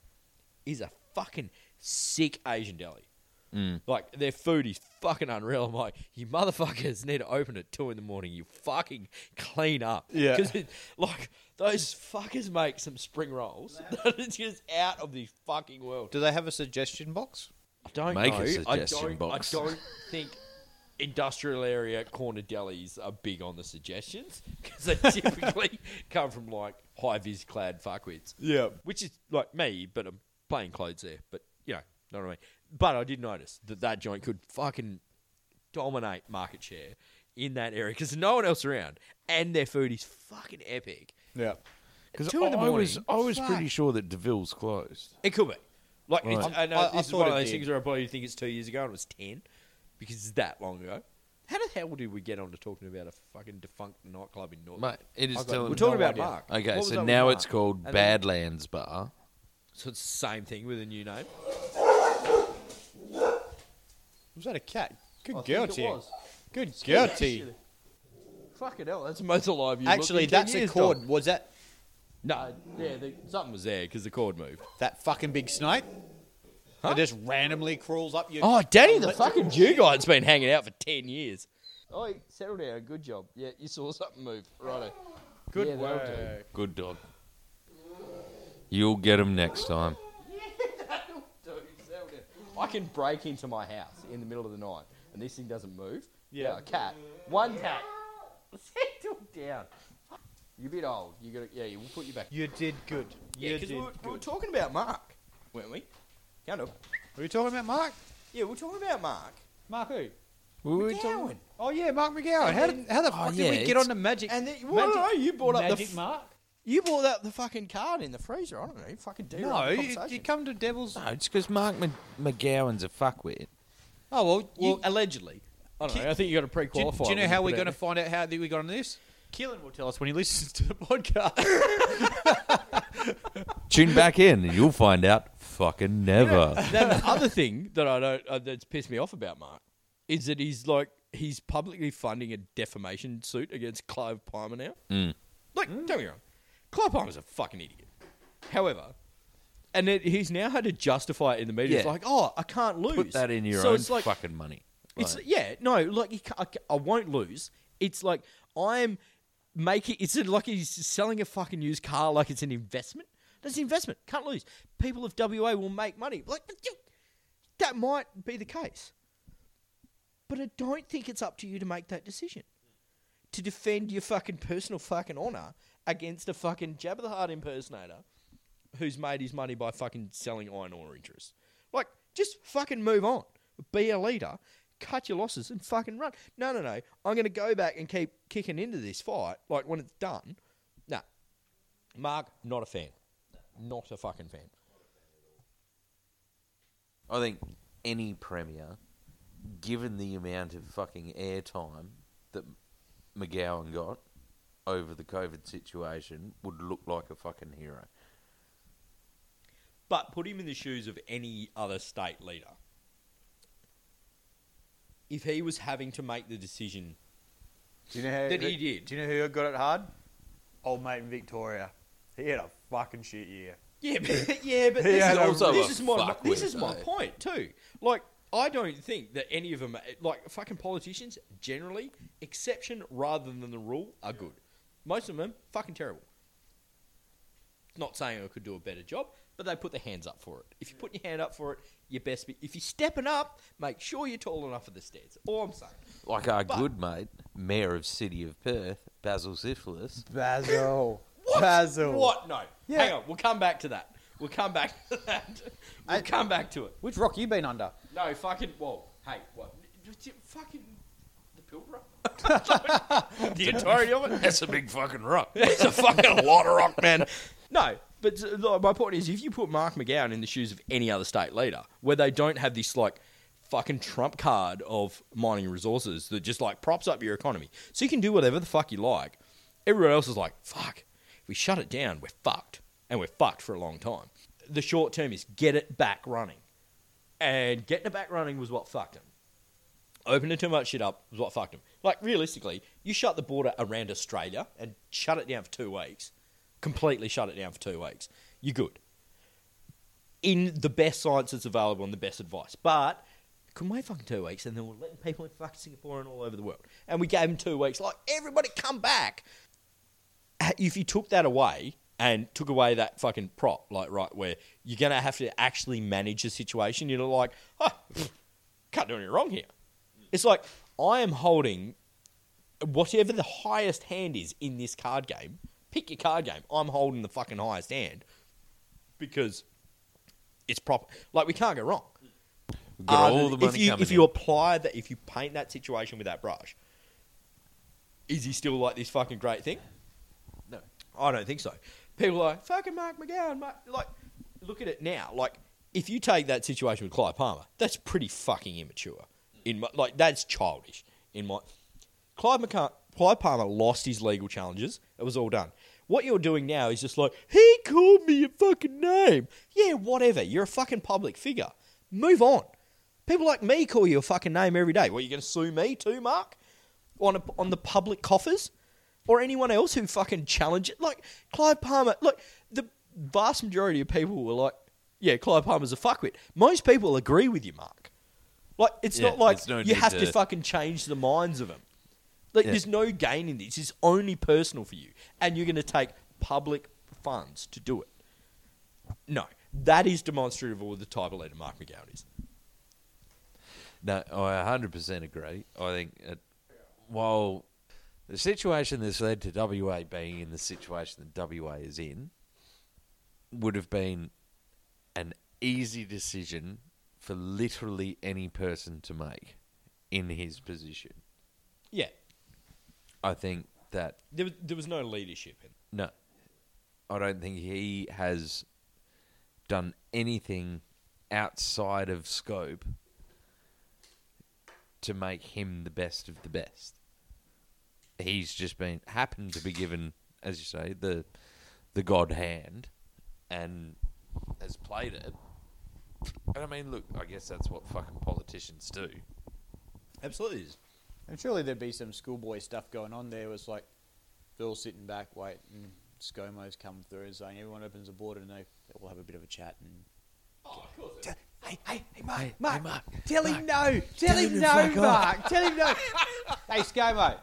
A: is a fucking sick Asian deli.
B: Mm.
A: Like their food is fucking unreal. I'm like, you motherfuckers need to open at two in the morning. You fucking clean up.
B: Yeah.
A: 'Cause it- <laughs> like those fuckers make some spring rolls <laughs> that are just out of the fucking world.
B: Do they have a suggestion box?
A: I don't
C: Make a
A: know. I
C: suggestion
A: don't,
C: box.
A: I don't think industrial area corner delis are big on the suggestions <laughs> because they typically <laughs> come from like high vis clad fuckwits.
B: Yeah.
A: which is like me, but I'm plain clothes there. But you know, know what I mean. But I did notice that that joint could fucking dominate market share in that area because no one else around, and their food is fucking epic.
B: Yeah.
C: Because
A: Two in the morning.
C: was, I was
A: Fuck.
C: pretty sure that Deville's closed.
A: It could be. Like it's,
C: Right.
A: I know
B: I- I
A: this is
B: thought
A: one
B: it
A: of those
B: did.
A: things where I probably think it's two years ago and it was ten because it's that long ago. How the hell did we get on to talking about a fucking defunct nightclub in North?
C: Mate, it is
A: I've got-
C: telling
A: we're talking
C: no
A: about
C: idea.
A: Mark. What
C: Okay,
A: was
C: so
A: up with
C: now
A: Mark?
C: it's called
A: And then-
C: Badlands Bar.
A: So it's the same thing with a new name.
B: Was that a cat? Good girl, T. Good girl, T. Fucking hell, that's
A: the most alive you looked
B: actually
A: in 10
B: that's a
A: years,
B: cord.
A: dog.
B: Was that
A: No, yeah, the, something was there because the cord moved.
B: that fucking big snake? That just randomly crawls up your.
A: Oh, Danny, the fucking Jew guy's been hanging out for ten years.
B: oh settle down. Good job. Yeah, you saw something move. Righto. Good
A: Yeah, well
B: work.
C: Good dog. You'll get him next time.
A: I can break into my house in the middle of the night, and this thing doesn't move.
B: Yeah.
A: Now, a cat, one cat. Settle down. You're a bit old. You got to yeah. We'll put you back.
B: You did good.
A: Yeah,
B: you
A: because
B: did
A: we, were- we were
B: good.
A: talking about Mark, weren't we? Kind of.
B: Are you talking about Mark?
A: Yeah, we were talking about Mark.
B: Mark who?
A: McGowan.
B: Oh yeah, Mark McGowan. How, did, how the fuck
A: yeah,
B: did we get
A: it's-
B: on to magic?
A: And then, well, no, no, you brought up the f-
B: Mark.
A: you brought up the fucking card in the freezer. I don't know. You fucking do
B: No, you, you come to Devils.
C: No, it's because Mark Mc- McGowan's a fuckwit.
B: Oh well, you,
A: allegedly. I don't
B: Ki-
A: know. I think you got to
B: do, you-
A: pre-qualify.
B: do you know how we're going
A: to?
B: to find out how that we got on this? Keelan will tell us when he listens to the <laughs> podcast.
C: Tune back in and you'll find out fucking <laughs> never.
A: <laughs> Now, the other thing that I don't uh, that's pissed me off about Mark is that he's like he's publicly funding a defamation suit against Clive Palmer now. Like,
C: Mm.
A: don't be wrong, Clive Palmer's a fucking idiot. However, and it, he's now had to justify it in the media. It's
C: Yeah.
A: like, oh, I can't lose.
C: Put that in your
A: So
C: own
A: it's like,
C: fucking money.
A: It's yeah, no, like you ca I, ca- I won't lose. It's like I'm making. It's like he's selling a fucking used car like it's an investment. That's an investment. Can't lose. People of WA will make money. Like but you- that might be the case, but I don't think it's up to you to make that decision. To defend your fucking personal fucking honor against a fucking Jabba the Hutt impersonator who's made his money by fucking selling iron ore interests. Like, just fucking move on. Be a leader, cut your losses, and fucking run. No, no, no. I'm going to go back and keep kicking into this fight. Like, when it's done. Nah. Mark, not a fan. Not a fucking fan.
C: I think any premier, given the amount of fucking airtime that McGowan got over the COVID situation, would look like a fucking hero.
A: But put him in the shoes of any other state leader. If he was having to make the decision,
B: Do you know how
A: That
B: who-
A: he did.
B: Do you know who got it hard? Old mate in Victoria. He had a fucking shit year.
A: yeah, but, <laughs> yeah, but
B: He
A: this,
B: had
A: is,
B: a
A: also this
C: real
A: is my
C: fuckwit,
A: this is my
C: though.
A: point too. Like, I don't think that any of them, like fucking politicians, generally exception rather than the rule, are good. Most of them fucking terrible. Not saying I could do a better job, but they put their hands up for it. If you put your hand up for it, you best be. If you're stepping up, make sure you're tall enough for the stairs. All I'm saying.
C: Like our
A: But-
C: good mate, Mayor of City of Perth, Basil Ziflis.
B: Basil.
A: What?
B: Basil.
A: What? No.
B: Yeah.
A: Hang on. We'll come back to that. We'll come back <laughs> to that. We'll
B: I-
A: come back to it.
B: Which rock you been under?
A: No, fucking. Whoa. Hey, what? Did you Fucking. The
C: <laughs>
A: Pilbara? the entirety of it?
C: That's a big fucking rock.
A: It's a fucking lot of rock, man. No, but uh, like, my point is if you put Mark McGowan in the shoes of any other state leader, where they don't have this, like, fucking trump card of mining resources that just, like, props up your economy. So you can do whatever the fuck you like. Everyone else is like, fuck, if we shut it down, we're fucked. And we're fucked for a long time. The short term is get it back running. And getting it back running was what fucked him. Opening too much shit up was what fucked him. Like, realistically, you shut the border around Australia and shut it down for two weeks, completely shut it down for two weeks, you're good. In the best science that's available and the best advice. But can wait fucking two weeks and then we're letting people in fucking Singapore and all over the world. And we gave them two weeks. Like, everybody come back if you took that away and took away that fucking prop, like right where you're gonna have to actually manage the situation, you're like, oh, can't do anything wrong here. It's like I am holding whatever the highest hand is in this card game. Pick your card game. I'm holding the fucking highest hand because it's proper. Like we can't go wrong.
C: We've got
A: Other
C: all the
A: than-
C: money
A: Ah, if you,
C: coming
A: if you apply that, if you paint that situation with that brush, is he still like this fucking great thing? No, I don't think so. People are like fucking Mark McGowan. Mark, like, look at it now. Like, if you take that situation with Clive Palmer, that's pretty fucking immature. In my, like, that's childish. In my, Clive McCa- Clive Palmer lost his legal challenges. It was all done. What you're doing now is just like, he called me a fucking name. Yeah, whatever. You're a fucking public figure. Move on. People like me call you a fucking name every day. What, you going to sue me too, Mark? on a, on the public coffers or anyone else who fucking challenge it. Like Clive Palmer, like the vast majority of people were like, "Yeah, Clive Palmer's a fuckwit." Most people agree with you, Mark. Like it's
C: Yeah,
A: not like
C: there's no
A: you
C: need
A: have to,
C: to-
A: fucking change the minds of them. Like
C: Yeah.
A: there's no gain in this. It's only personal for you, and you're going to take public funds to do it. No, that is demonstrative of what the type of leader Mark McGowan is.
C: No, I 100% agree. I think it, while the situation that's led to WA being in the situation that WA is in would have been an easy decision for literally any person to make in his position.
A: Yeah,
C: I think that
A: there, was- there was no leadership in.
C: No. I don't think he has done anything outside of scope to make him the best of the best. He's just been happened to be given, as you say, the the god hand and has played it. And I mean, look, I guess that's what fucking politicians do.
A: Absolutely, is.
B: And surely there'd be some schoolboy stuff going on there. Was like they're all sitting back, waiting. and ScoMo's come through and saying everyone opens the border and they all have a bit of a chat and
E: Hey, hey, hey, Mark,
C: Hey,
E: Mark,
C: hey, Mark,
E: tell him no, tell him
C: him to
E: no,
C: fuck off.
E: Mark, tell him no.
B: Hey, ScoMo.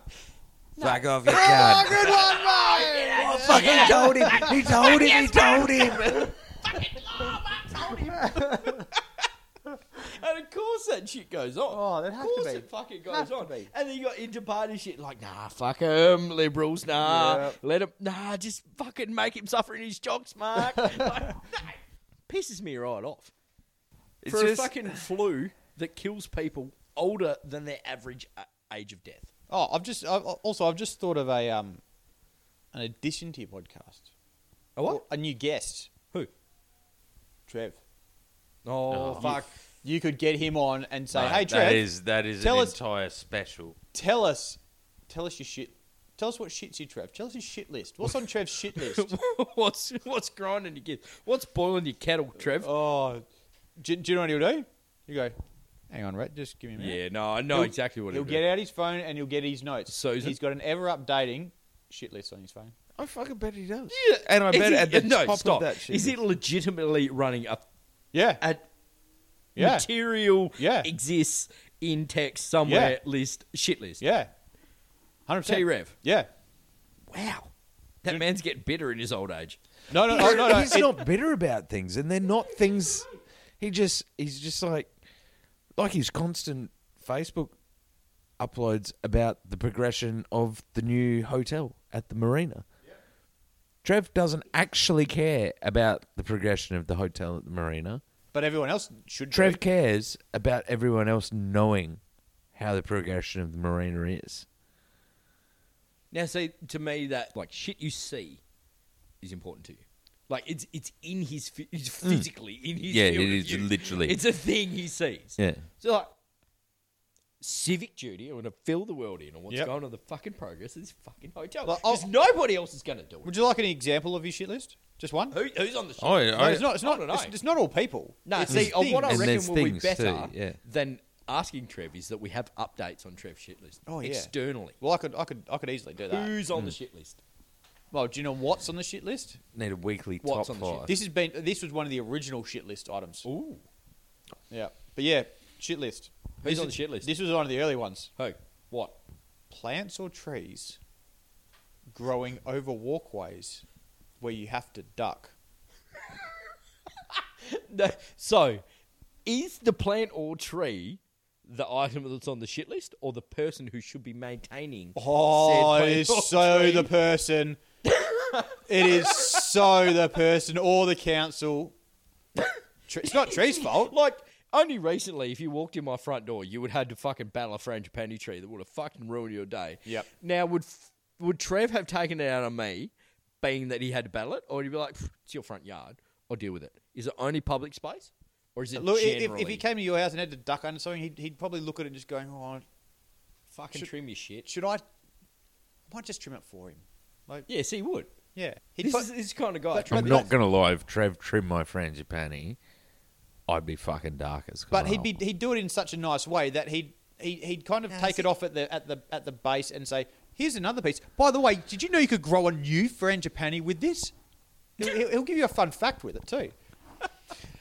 C: Fuck off, you cunt.
B: Good one, mate.
C: I fucking told him. He told him. He told him.
A: And of course that shit goes on.
B: Oh, that'd
A: of
B: have to
A: course
B: be.
A: it fucking goes
B: Have to
A: on.
B: be.
A: And then you got inter-party shit like, nah, fuck him, liberals, nah,
B: Yeah.
A: let him, nah, just fucking make him suffer in his jocks,
B: <laughs>
A: Mark. like, no. Pisses me right off.
C: It's
A: For
C: just-
A: a fucking flu that kills people older than their average a- age of death.
B: Oh, I've just I've, also I've just thought of a um an addition to your podcast.
A: A what?
B: Or A new guest,
A: Who?
B: Trev.
A: Oh, <laughs> fuck.
B: You could get him on and say,
C: Mate,
B: "Hey, Trev,
C: That is that is
B: tell
C: an
B: us-
C: entire special.
B: tell us, tell us your shit. Tell us what shits you, Trev. Tell us your shit list. What's on
A: <laughs>
B: Trev's shit list?
A: what's what's grinding your gears? What's boiling your kettle, Trev?
B: oh, do, do you know what he'll do? You go. Hang on, right? Just give me a minute.
A: yeah, no, I know
B: He'll-
A: exactly what
B: he'll
A: he'll do.
B: get out his phone and he'll get his notes.
A: So is it-
B: he's got an ever updating shit list on his phone.
C: I fucking bet he does. And I
A: Is
C: bet
A: he-
C: <laughs> at the
A: <laughs> no,
C: top
A: stop.
C: of that shit.
A: Is he legitimately running a
B: Yeah,
A: a
B: Yeah.
A: material
B: Yeah.
A: exists in text somewhere
B: Yeah.
A: list shit list.
B: yeah, hundred percent.
A: T Rev.
B: Yeah.
A: Wow. That man's getting bitter in his old age.
B: No, no, no, no, no.
C: he's
B: It-
C: not bitter about things, and they're not things. He just he's just like like his constant Facebook uploads about the progression of the new hotel at the marina. Trev doesn't actually care about the progression of the hotel at the marina.
B: But everyone else should. do.
C: Trev cares about everyone else knowing how the progression of the marina is.
A: Now see to me that like shit you see is important to you. Like it's it's in his phy- it's physically in his
C: Mm. Yeah,
A: field
C: it
A: of
C: is
A: view.
C: literally.
A: It's a thing he sees.
C: Yeah.
A: So like civic duty, I'm going to fill the world in on what's
B: Yep.
A: going on in the fucking progress of this fucking hotel.
B: Well, I'll-
A: Because
C: oh.
A: nobody else is going to do it.
B: Would you like any example of your shit list? Just one?
A: Who, who's on the show?
C: Oh, yeah,
B: No,
C: I-
B: it's not. It's
A: I
B: not.
A: don't
B: It's,
A: know.
B: it's not all people.
A: No,
B: it's
A: see, uh, what I
C: And
B: things.
A: reckon
C: there's
A: will be
C: things too,
A: better
C: yeah.
A: than asking Trev is that we have updates on Trev's shit list
B: Oh, yeah.
A: externally.
B: Well, I could, I could, I could easily do that.
A: Who's on the
C: Mm.
A: shit list?
B: Well, do you know what's on the shit list?
C: Need a weekly
A: What's
C: top
A: on the shit
C: five.
B: This has been. This was one of the original shit list items.
A: Ooh.
B: Yeah, but yeah, shit list.
A: Who's
B: This
A: on
B: is-
A: the shit list?
B: This was one of the early ones.
A: Who? What?
B: Plants or trees growing over walkways where you have to duck.
A: No, so, is the plant or tree the item that's on the shit list or the person who should be maintaining
B: Oh,
A: said
B: it
A: plant
B: is
A: or
B: so
A: tree?
B: the person. it is so the person or the council. Tre- It's not tree's
A: <laughs>
B: fault.
A: Like, only recently, if you walked in my front door, you would have had to fucking battle a frangipani tree that would have fucking ruined your day.
B: Yep.
A: Now, would would Trev have taken it out on me, being that he had to battle it, or would he be like, "Pff, it's your front yard, I'll deal with it? Is it only public space, or is it
B: Look, i- if,
A: generally?
B: if he came to your house and had to duck under something, he'd, he'd probably look at it just going, "Oh,
A: fucking
B: should-
A: trim your shit.
B: should I? I might just trim it for him." Like,
A: Yes, he would.
B: yeah, he'd
A: This
B: pro-
A: is this kind of guy.
B: but-
A: Trev.
C: I'm not gonna lie. If Trev trimmed my frangipani, I'd be fucking dark as
B: but
C: hell.
B: he'd be he'd do it in such a nice way that he'd he, he'd kind of take it off at the at the at the base and say, "Here's another piece. By the way, did you know you could grow a new frangipani with this? He'll, he'll- he'll give you a fun fact with it <laughs> too."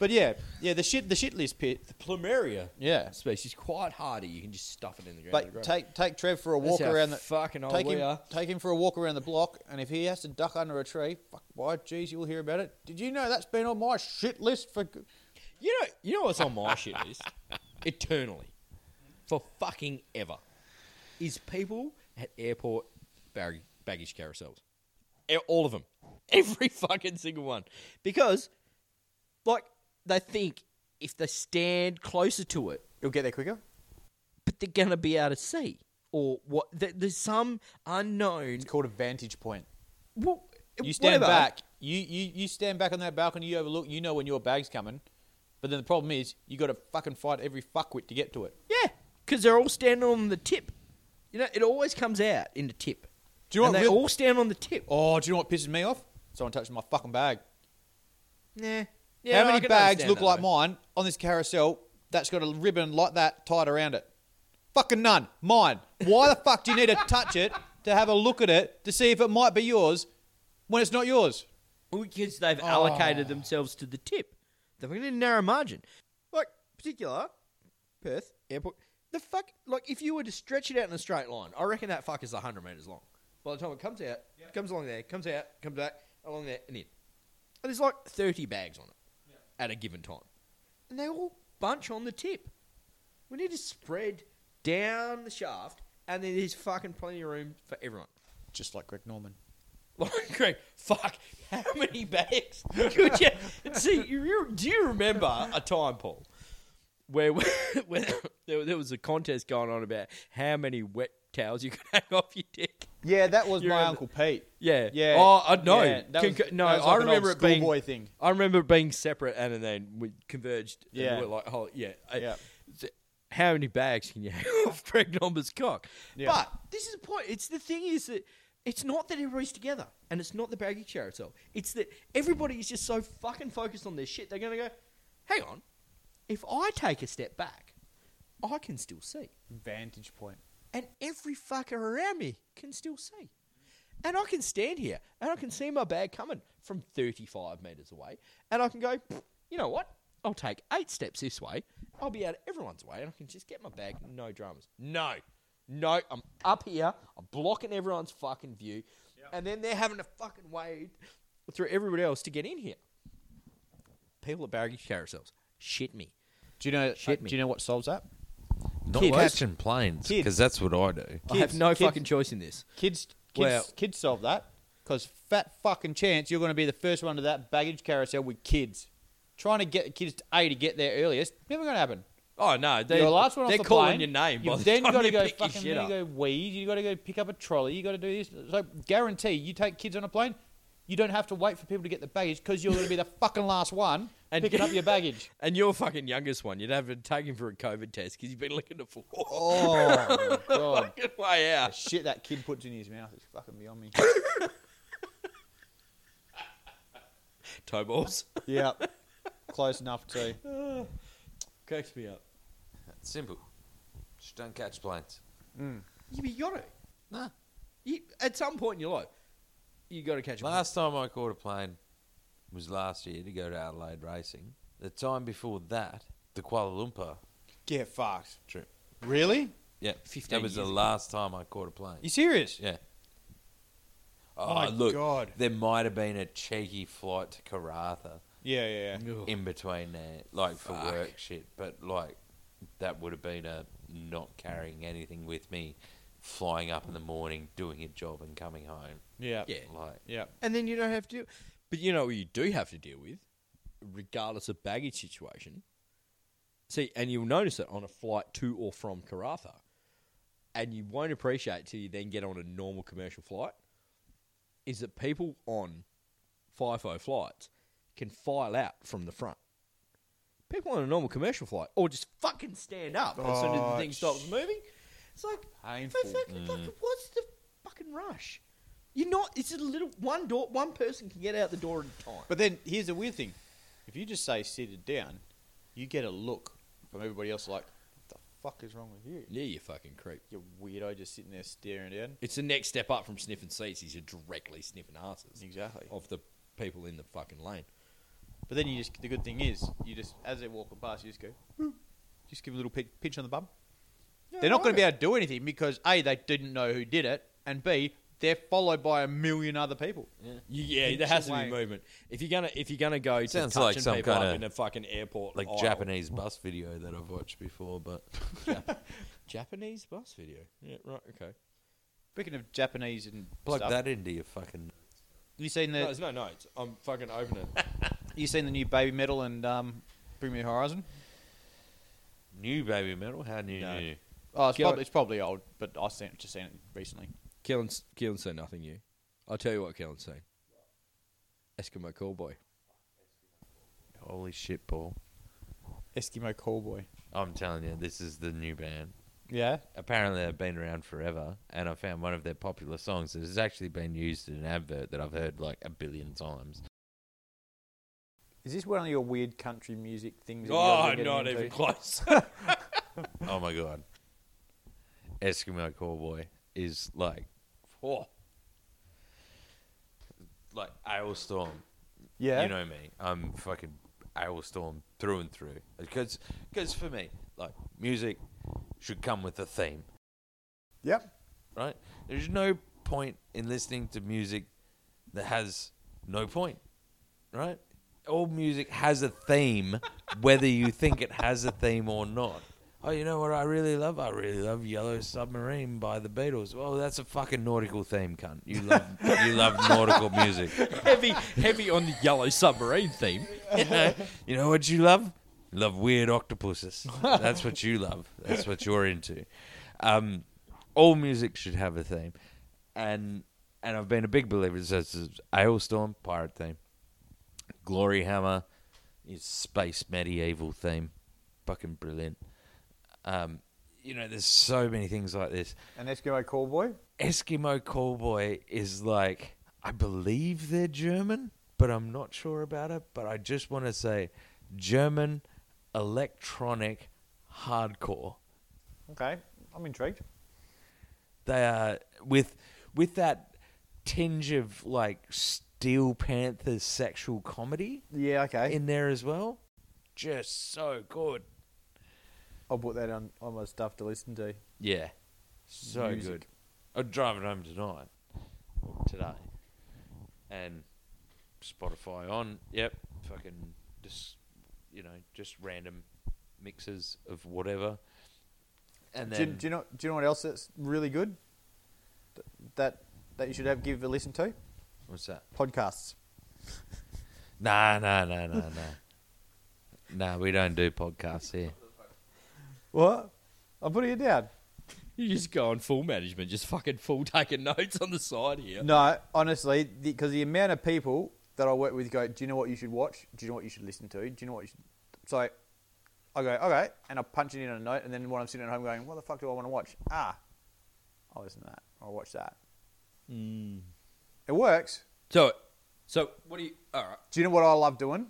B: But yeah, yeah, the shit the shit list pit.
A: Plumeria
B: Yeah,
A: species quite hardy. You can just stuff it in the ground. it'll grow.
B: but take take Trev for a walk
A: how
B: around the
A: fucking old
B: take
A: we
B: him,
A: are.
B: Take him for a walk around the block, and if he has to duck under a tree, fuck, why, geez, you'll hear about it. Did you know that's been on my shit list for? g-
A: you know, you know what's on my shit list eternally, for fucking ever, is people at airport bag- baggage carousels. E- All of them, <laughs> every fucking single one, because like they think if they stand closer to it,
B: You'll get there quicker.
A: but they're gonna be out of sea or what? there- There's some unknown.
B: It's called a vantage point.
A: Well,
B: You stand
A: whatever.
B: back. You, you you stand back on that balcony. You overlook. You know when your bag's coming. But then the problem is you got to fucking fight every fuckwit to get to it.
A: Yeah, because they're all standing on the tip. You know, it always comes out in the tip.
B: Do you know
A: and
B: what
A: they
B: real-
A: all stand on the tip.
B: Oh, do you know what pisses me off? Someone touches my fucking bag.
A: Nah.
B: How many bags look like mine on this carousel that's got a ribbon like that tied around it? Fucking none. Mine. Why the fuck do you need to touch it to have a look at it to see if it might be yours when it's not yours?
A: Because they've allocated themselves to the tip. They're in a narrow margin. Like, particular, Perth airport. The fuck, like, if you were to stretch it out in a straight line, I reckon that fuck is 100 metres long. By the time it comes out, comes along there, comes out, comes back, along there, and in. And there's like 30 bags on it at a given time. And they all bunch on the tip. We need to spread down the shaft, and then there's fucking plenty of room for everyone.
B: Just like Greg Norman.
A: Like, Greg, fuck, how many bags? Could you, <laughs> see, you, re- do you remember a time, Paul, where, <laughs> we- where there, there was a contest going on about how many wet towels you could hang off your dick?
B: Yeah, that was
A: You're
B: my
A: in the-
B: Uncle Pete.
A: Yeah.
B: Yeah.
A: Oh, I know.
B: Yeah, that
A: Con-
B: was-
A: no,
B: that
A: I
B: was like an old
A: remember it being
B: schoolboy thing.
A: I remember it being separate, and then we converged. and
B: Yeah.
A: we were like, oh yeah. I-
B: Yeah.
A: th- How many bags can you <laughs> hang off Greg Number's cock?
B: Yeah.
A: But this is the point. It's the thing is that it's not that everybody's together, and it's not the baggy carousel. It's that everybody is just so fucking focused on their shit. They're gonna go, hang on. If I take a step back, I can still see
B: Vantage point.
A: and every fucker around me can still see. And I can stand here and I can see my bag coming from 35 metres away. And I can go, "Pfft, you know what? I'll take eight steps this way. I'll be out of everyone's way and I can just get my bag. No dramas. No. No, I'm up here. I'm blocking everyone's fucking view. And then they're having to fucking wade through everybody else to get in here. People at baggage carousels. Shit me.
B: Do you know?
A: Shit
B: uh,
A: me.
B: do you know what solves that?
C: Not
A: Kids.
C: catching planes
B: Kids.
C: because that's what I do.
A: I have
B: Kids,
A: no
B: kids.
A: fucking choice in this.
B: Kids, kids,
A: Well-
B: kids solve that because fat fucking chance you're going to be the first one to that baggage carousel with kids. Trying to get the kids to a to get there earliest never going to happen.
A: Oh no, they,
B: You're the last one off
A: They're
B: the
A: calling
B: plane.
A: your name. by
B: You've
A: the
B: then
A: time
B: got to
A: you
B: go
A: pick your
B: fucking.
A: shit
B: Then you
A: up.
B: go weed. You got to go pick up a trolley. You got to do this. So guarantee you take kids on a plane. You don't have to wait for people to get the baggage because you're going to be the fucking last one
A: And-
B: picking up
A: <laughs>
B: your baggage.
A: And your fucking youngest one, you'd have to take him for a COVID test because you've been looking to <laughs> fall
B: Oh my god!
A: fucking way out.
B: Shit, that kid puts in his mouth is fucking beyond <laughs> me.
A: Toe balls.
B: yeah, close enough <sighs> to.
A: Cracks me up.
C: Simple. Just don't catch planes.
A: You, you got it. Nah. You, at some point in your life, you got to catch a
B: <laughs>
C: Last time I caught a plane was last year to go to Adelaide racing. The time before that, the Kuala Lumpur
B: Get fucked.
C: trip.
B: Really?
C: Yeah,
A: 15
C: that was the
A: years ago.
C: last time I caught a plane.
B: You serious?
C: Yeah. Oh,
B: My
C: look,
B: God.
C: there might have been a cheeky flight to Karatha
B: Yeah, yeah, yeah.
C: in between there, like for work shit. But like, that would have been a not carrying anything with me, flying up in the morning, doing a job, and coming home.
B: Yeah.
A: Yeah.
C: Like,
B: Yeah.
A: And then you don't have to. But you know what you do have to deal with, regardless of baggage situation. See, and you'll notice it on a flight to or from Karatha, and you won't appreciate it till you then get on a normal commercial flight. Is that people on FIFO flights can file out from the front? People on a normal commercial flight, or just fucking stand up as soon as the thing stops moving. It's like,
B: Painful.
A: fucking- fucking- what's the fucking rush? You're not. It's a little one door. One person can get out the door at a time.
B: But then here's the weird thing: if you just say sit it down, you get a look from everybody else like, "What the fuck is wrong with you?
A: Yeah, you fucking creep.
B: You weirdo, just sitting there staring down.
A: It's the next step up from sniffing seats. Is you're directly sniffing asses
B: Exactly.
A: of the people in the fucking lane.
B: But then you just the good thing is you just as they walk past, you just go, "Boop." just give a little pinch, pinch on the bum. they're not going to be able to do anything because a they didn't know who did it, and b they're followed by a million other people.
A: You, yeah,
B: Inch
A: there has to
B: away.
A: be movement. If you're gonna if you're gonna go to
C: Sounds
A: touching
C: like some
A: people
C: kinda-
A: up in a fucking airport,
C: Like
A: aisle-
C: Japanese bus video that I've watched before,
B: <laughs>
C: but
A: Japanese bus video. Yeah, right. Okay.
B: Speaking of Japanese and
C: plug
B: stuff,
C: that into your fucking.
B: you seen
A: No,
B: the
A: there's no notes. I'm fucking opening.
C: <laughs>
A: it.
B: you seen the new Baby Metal and um, Bring Me the Horizon?
C: New baby metal? How new?
B: No.
C: new?
B: Oh, it's,
A: Go-
B: probably, it's probably old, but I seen, just seen it recently.
A: Keelan's Keelan said nothing. You. I'll tell you what Keelan said. Eskimo callboy.
C: Holy shit, Paul!
B: Eskimo Callboy.
C: I'm telling you, this is the new band.
B: Yeah.
C: Apparently, they've been around forever, and I found one of their popular songs that has actually been used in an advert that I've heard like a billion times.
B: Is this one of your weird country music things? <laughs>
C: close. oh my god. Eskimo Cowboy is like, oh, like Ailstorm.
B: Yeah.
C: You know me. I'm fucking Ailstorm through and through. Because, because for me, like music should come with a theme,
B: Yep.
C: right? There's no point in listening to music that has no point, right? All music has a theme, whether you think it has a theme or not. Oh, you know what I really love? I really love Yellow Submarine by the Beatles. Well, that's a fucking nautical theme, cunt. You love you love nautical music.
A: heavy, heavy on the yellow submarine theme.
C: <laughs> You know what you love? Love weird octopuses. That's what you love. That's what you're into. Um, all music should have a theme, and and I've been a big believer. So it's it's Aylstorm pirate theme, Glory Hammer is space medieval theme, fucking brilliant. Um, you know, there's so many things like this.
B: An Eskimo Callboy.
C: Eskimo Callboy is like, I believe they're German, but I'm not sure about it. But I just want to say German electronic hardcore.
B: Okay, I'm intrigued.
C: They are with with that tinge of like Steel Panther's sexual comedy
B: Yeah. Okay.
C: in there as well. Just so good.
B: I'll put that on, on my stuff to listen to.
C: Yeah. So
B: Music.
C: good. I'm driving home tonight. Or today. And Spotify on. Yep. Fucking just, you know, just random mixes of whatever. And
B: Do you,
C: then
B: do you know? Do you know what else that's really good? Th- That that you should have give a listen to
C: what's that?
B: podcasts.
C: Nah, nah, nah, nah, nah. nah, <laughs> we don't do podcasts here.
B: What? I'm putting it down.
A: You just go on full management, just fucking full taking notes on the side here.
B: No, honestly, because the, amount of people that I work with go, do you know what you should watch? Do you know what you should listen to? Do you know what you should? So I go, okay, and I punch it in on a note, and then when I'm sitting at home going, what the fuck do I want to watch? Ah, I'll listen to that. I'll watch that. Hmm. It works.
A: So, so what do you? All right.
B: Do you know what I love doing?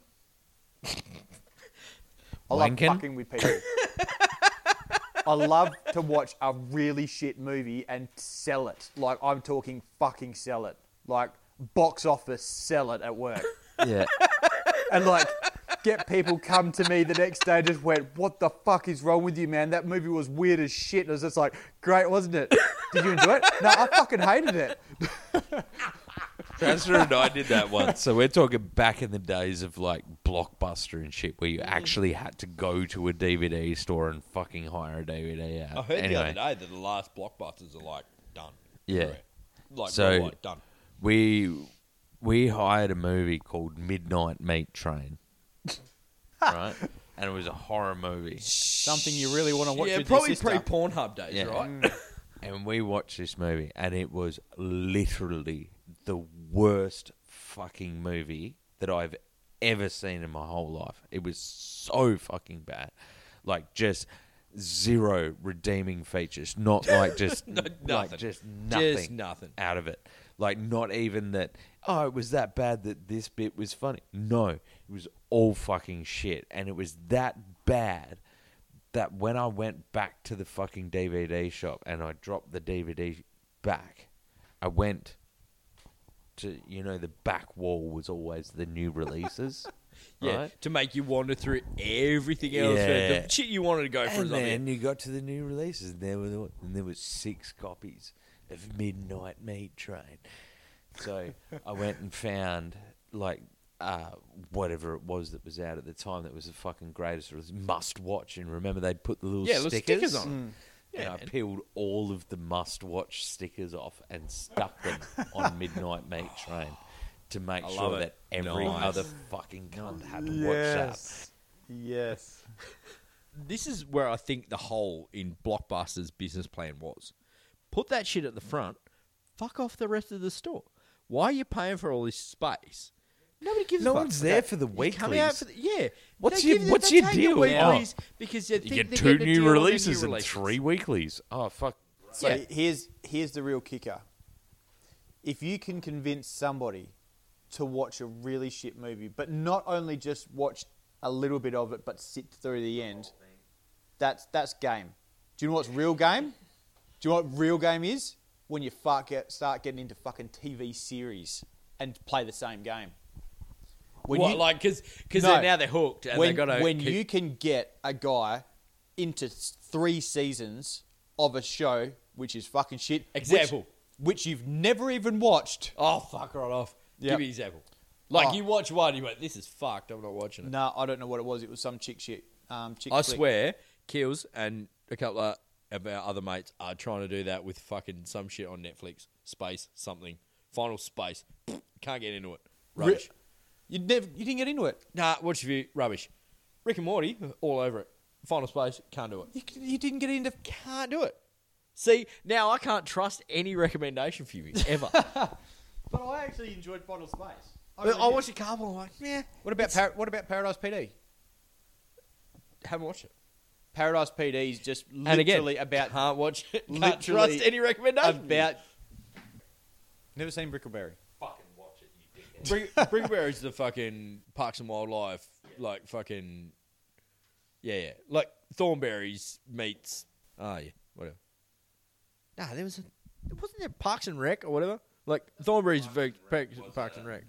B: I love
C: Wanking?
B: fucking with people. I love to watch a really shit movie and sell it. Like I'm talking fucking sell it. Like box office sell it at work.
C: Yeah.
B: And like get people come to me the next day just went, What the fuck is wrong with you, man? That movie was weird as shit. And I was just like, great, wasn't it? Did you enjoy it? No, I fucking hated it.
C: Transfer and I did that once. So we're talking back in the days of like Blockbuster and shit, where you
A: Mm.
C: actually had to go to a DVD store and fucking hire a DVD out.
A: I heard
C: anyway,
A: the other day that the last blockbusters are like done.
C: Yeah.
A: Like
C: So-
A: worldwide, done.
C: we we hired a movie called Midnight
A: <laughs>
C: Meat Train, right? And it was a horror movie.
B: Something you really want to watch.
A: yeah,
B: with
A: probably
B: your
A: pre
B: sister.
A: Pornhub days,
C: Yeah. Mm.
A: right?
C: <laughs> And we watched this movie, and it was literally the worst fucking movie that I've ever seen in my whole life. It was so fucking bad. Like, just zero redeeming features. Not like just,
A: nothing.
C: Like just nothing.
A: Just nothing.
C: Out of it. Like, not even that, oh, it was that bad that this bit was funny. No, it was all fucking shit. And it was that bad that when I went back to the fucking DVD shop and I dropped the DVD back, I went to you know the back wall was always the new releases.
A: Yeah,
C: right?
A: to make you wander through everything else,
C: Yeah.
A: the shit you wanted to go for.
C: And
A: is on there.
C: then you got to the new releases, and there were and there was six copies of Midnight Meat Train. So I went and found like uh, whatever it was that was out at the time that was the fucking greatest release, must watch. And remember they'd put the little
A: Yeah, little
C: stickers,
A: stickers on it.
C: And I peeled all of the must watch stickers off and stuck them on Midnight Meat Train to make sure
A: love it.
C: that every
A: Nice.
C: other fucking cunt had to watch that.
B: Yes. Yes.
A: this is where I think the hole in Blockbuster's business plan was. Put that shit at the front, fuck off the rest of the store. Why are you paying for all this space? Nobody gives
C: No
A: a fuck.
C: one's there for the
A: You Come out
C: weeklies.
A: for the, yeah.
C: What's
A: They
C: your-
A: give-
C: what's
A: they
C: your
A: take the
C: deal?
A: weeklies Because you, think
C: You get
A: they're
C: two
A: getting a
C: new
A: deal on the
C: releases and
A: releases.
C: three weeklies. Oh fuck!
B: So
A: Yeah.
B: here's here's the real kicker. If you can convince somebody to watch a really shit movie, but not only just watch a little bit of it, but sit through the end, that's that's game. Do you know what's real game? Do you know what real game is? When you fuck get, start getting into fucking TV series and play the same game. When
A: What,
B: you-
A: like, because
B: No.
A: now they're hooked and
B: when,
A: they got to
B: when you can get a guy into s- three seasons of a show which is fucking shit which-
A: Example.
B: which, you've never even watched
A: oh fuck right off.
B: Yep.
A: Give me an example. Like
B: Oh.
A: you watch one, you went, this is fucked. I'm not watching it.
B: no i don't know what it was it was some chick shit um, chick
A: I
B: flick.
A: swear, Keels and a couple of, of our other mates are trying to do that with fucking some shit on Netflix. Space something. Final space. <sniffs> Can't get into it.
B: Re-
A: Rubbish.
B: you never you didn't get into it
A: nah, what's your view? Rubbish. Rick and Morty, all over it. Final space, can't do it.
B: you, c- you didn't get into
A: Can't do it. See, now I can't trust any recommendation for you
B: <laughs>
A: ever.
B: but i actually enjoyed bottle space
A: But I watched a couple. I'm like, yeah,
B: what about Par- what about paradise pd
A: haven't watched it.
B: paradise pd is just
A: And again,
B: literally about
A: can't watch it. Can't
B: literally
A: trust any recommendation.
B: about never seen brickleberry
A: <laughs> Bring, Bringbear is the fucking Parks and Wildlife, like fucking, yeah, yeah, like Thornberries meets. Oh yeah, whatever. Nah, there was a, wasn't there Parks and Rec or whatever. Like Thornberries, Parks, Parks, Parks and Rec.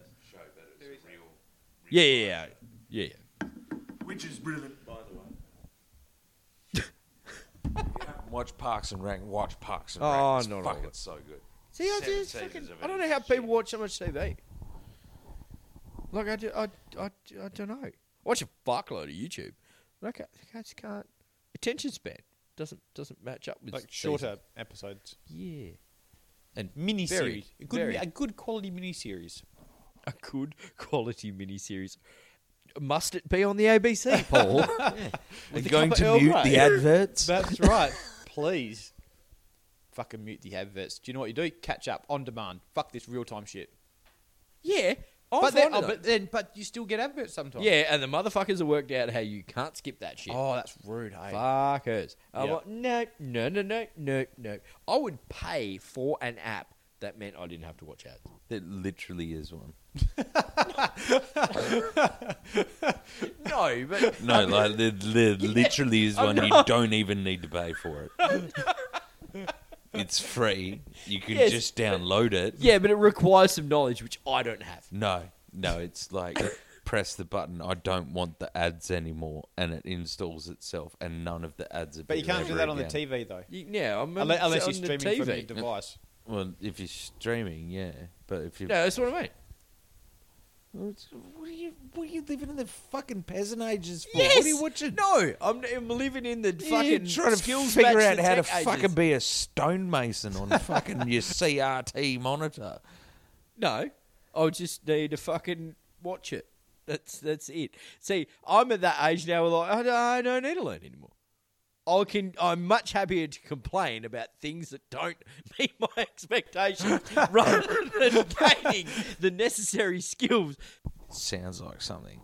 A: Yeah, yeah, yeah, yeah. yeah.
F: Which is brilliant, by the way.
C: Watch Parks and Rec. Watch Parks and
A: Oh,
C: Rec. it's
A: not all
C: fucking
A: of it.
C: so good.
A: See, I
C: Seven
A: just
C: seasons
A: fucking,
C: of it
A: I don't
C: is
A: know how
C: shit.
A: people watch so much TV. Like I, do, I, I, I don't know. I watch a fuckload of YouTube. Like I, I just can't. Attention span doesn't doesn't match up with
B: like
A: seasons.
B: shorter episodes
A: Yeah. And <laughs>
B: mini
A: Very,
B: series, a good,
A: very.
B: a good quality mini series.
A: a good quality miniseries. Must it be on the ABC,
B: <laughs>
A: Paul?
C: We're going
B: cup of
C: to
B: Earl
C: mute
B: Grey.
C: the adverts.
B: <laughs> That's right. Please, fucking mute the adverts. Do you know what you do? Catch up on demand. Fuck this real time shit.
A: yeah. I'm
B: but
A: but
B: then, oh, but then, but you still get adverts sometimes.
A: yeah, and the motherfuckers have worked out how you can't skip that shit.
B: Oh, that's rude. Hey.
A: Fuckers. I'm
B: Yeah.
A: like, no, no, no, no, no, no. I would pay for an app that meant I didn't have to watch ads.
C: There literally is one.
A: No, but <laughs>
C: No, like there, there literally is one. You don't even need to pay for it. it's free. You can
A: Yes,
C: just download it.
A: yeah, but it requires some knowledge which I don't have.
C: No, no. It's like press the button. I don't want the ads anymore, and it installs itself, and none of the ads. Are
B: but you can't do that on the TV though,
A: You, yeah, I'm
B: unless,
A: on
B: unless
A: the
B: you're streaming
A: TV.
B: from your device.
C: Well, if you're streaming, yeah. But if you
A: No, that's what I mean.
C: Well, it's- What are you? What are you living in the fucking peasant ages for?
A: Yes.
C: What are you watching?
A: No, I'm, I'm living in the
C: You're
A: fucking
C: trying to
A: skills
C: figure
A: match
C: out
A: the
C: how to
A: tech ages.
C: fucking be a stonemason on fucking your CRT monitor.
A: No, I'll just need to fucking watch it. That's that's it. See, I'm at that age now where like I don't, I don't need to learn anymore. I can. I'm much happier to complain about things that don't <laughs> meet my expectations rather than gaining the necessary skills.
C: Sounds like something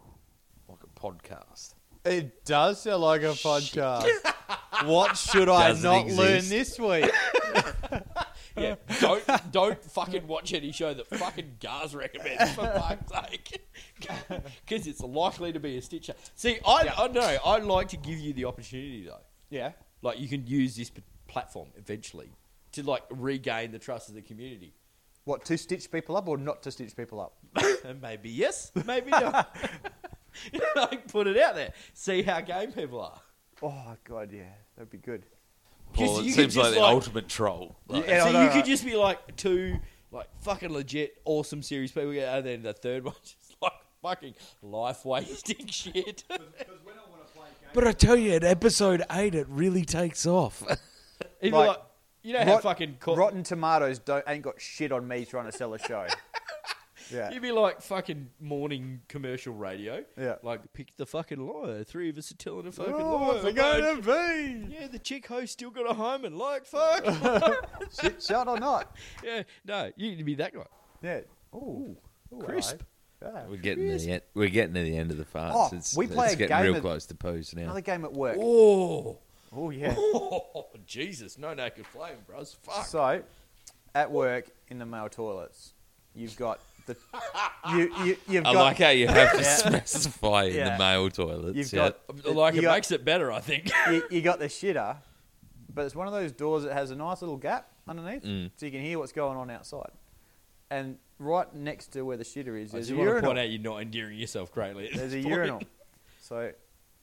C: like a podcast.
B: It does sound like a <laughs> podcast. what should I
C: Doesn't
B: not learn
C: exist.
B: this <laughs> week?
A: Yeah, don't don't fucking watch any show that fucking Gars recommends for fuck's sake, <laughs> because it's likely to be a stitcher. See, I I know I like to give you the opportunity though.
B: Yeah.
A: Like you can use this p- platform eventually to like regain the trust of the community. <laughs>
B: What to stitch people up or not to stitch people up?
A: And maybe yes, maybe <laughs> not. like put it out there. See how game people are.
B: Oh god, yeah, that'd be good.
C: Paul,
A: you
C: it
A: could
C: seems like
A: just,
C: the
A: like-
C: ultimate troll. Like,
B: Yeah, I
A: so
B: know,
A: you could
B: right?
A: just be like two like fucking legit awesome series people, yeah, and then the third <laughs> one just like fucking life wasting <laughs> shit.
G: But I tell you, at episode eight, it really takes off.
A: Even
B: Like,
A: like, you <laughs> know how
B: Rot-
A: fucking co-
B: Rotten Tomatoes don't ain't got shit on me trying to sell
A: <laughs>
B: a show. yeah.
A: You'd be like fucking morning commercial radio.
B: Yeah.
A: Like pick the fucking lawyer. Three of us are telling a fucking
B: Oh,
A: lawyer.
B: it's gonna be
A: Yeah, the chick host still got a home and like fuck. <laughs>
B: shit shot or not?
A: yeah, no, you'd be that guy.
B: Yeah. Ooh,
A: crisp.
B: alright. Yeah.
C: we're getting to the end. We're getting to the end of the farts.
B: Oh,
C: it's,
B: we play
C: it's
B: a
C: getting
B: game
C: real
B: of-
C: close to pose now.
B: Another game at work.
A: Oh,
B: Oh yeah.
A: <laughs> oh Jesus, no naked flame, bros. Fuck.
B: So, at work in the male toilets, you've got the you, you you've
C: I
B: got
C: like how you have to
B: <laughs> Yeah.
C: specify in
B: Yeah.
C: the male toilets.
B: you've
C: yeah.
B: got
A: like
B: you
A: it
B: got-
A: makes it better, I think.
B: you, you got the shitter, but it's one of those doors that has a nice little gap underneath,
A: Mm.
B: so you can hear what's going on outside. And right next to where the shitter is,
A: I
B: there's
A: just
B: a
A: want to
B: urinal.
A: point out you're not endearing yourself greatly. at <laughs>
B: There's a
A: this point.
B: urinal. So,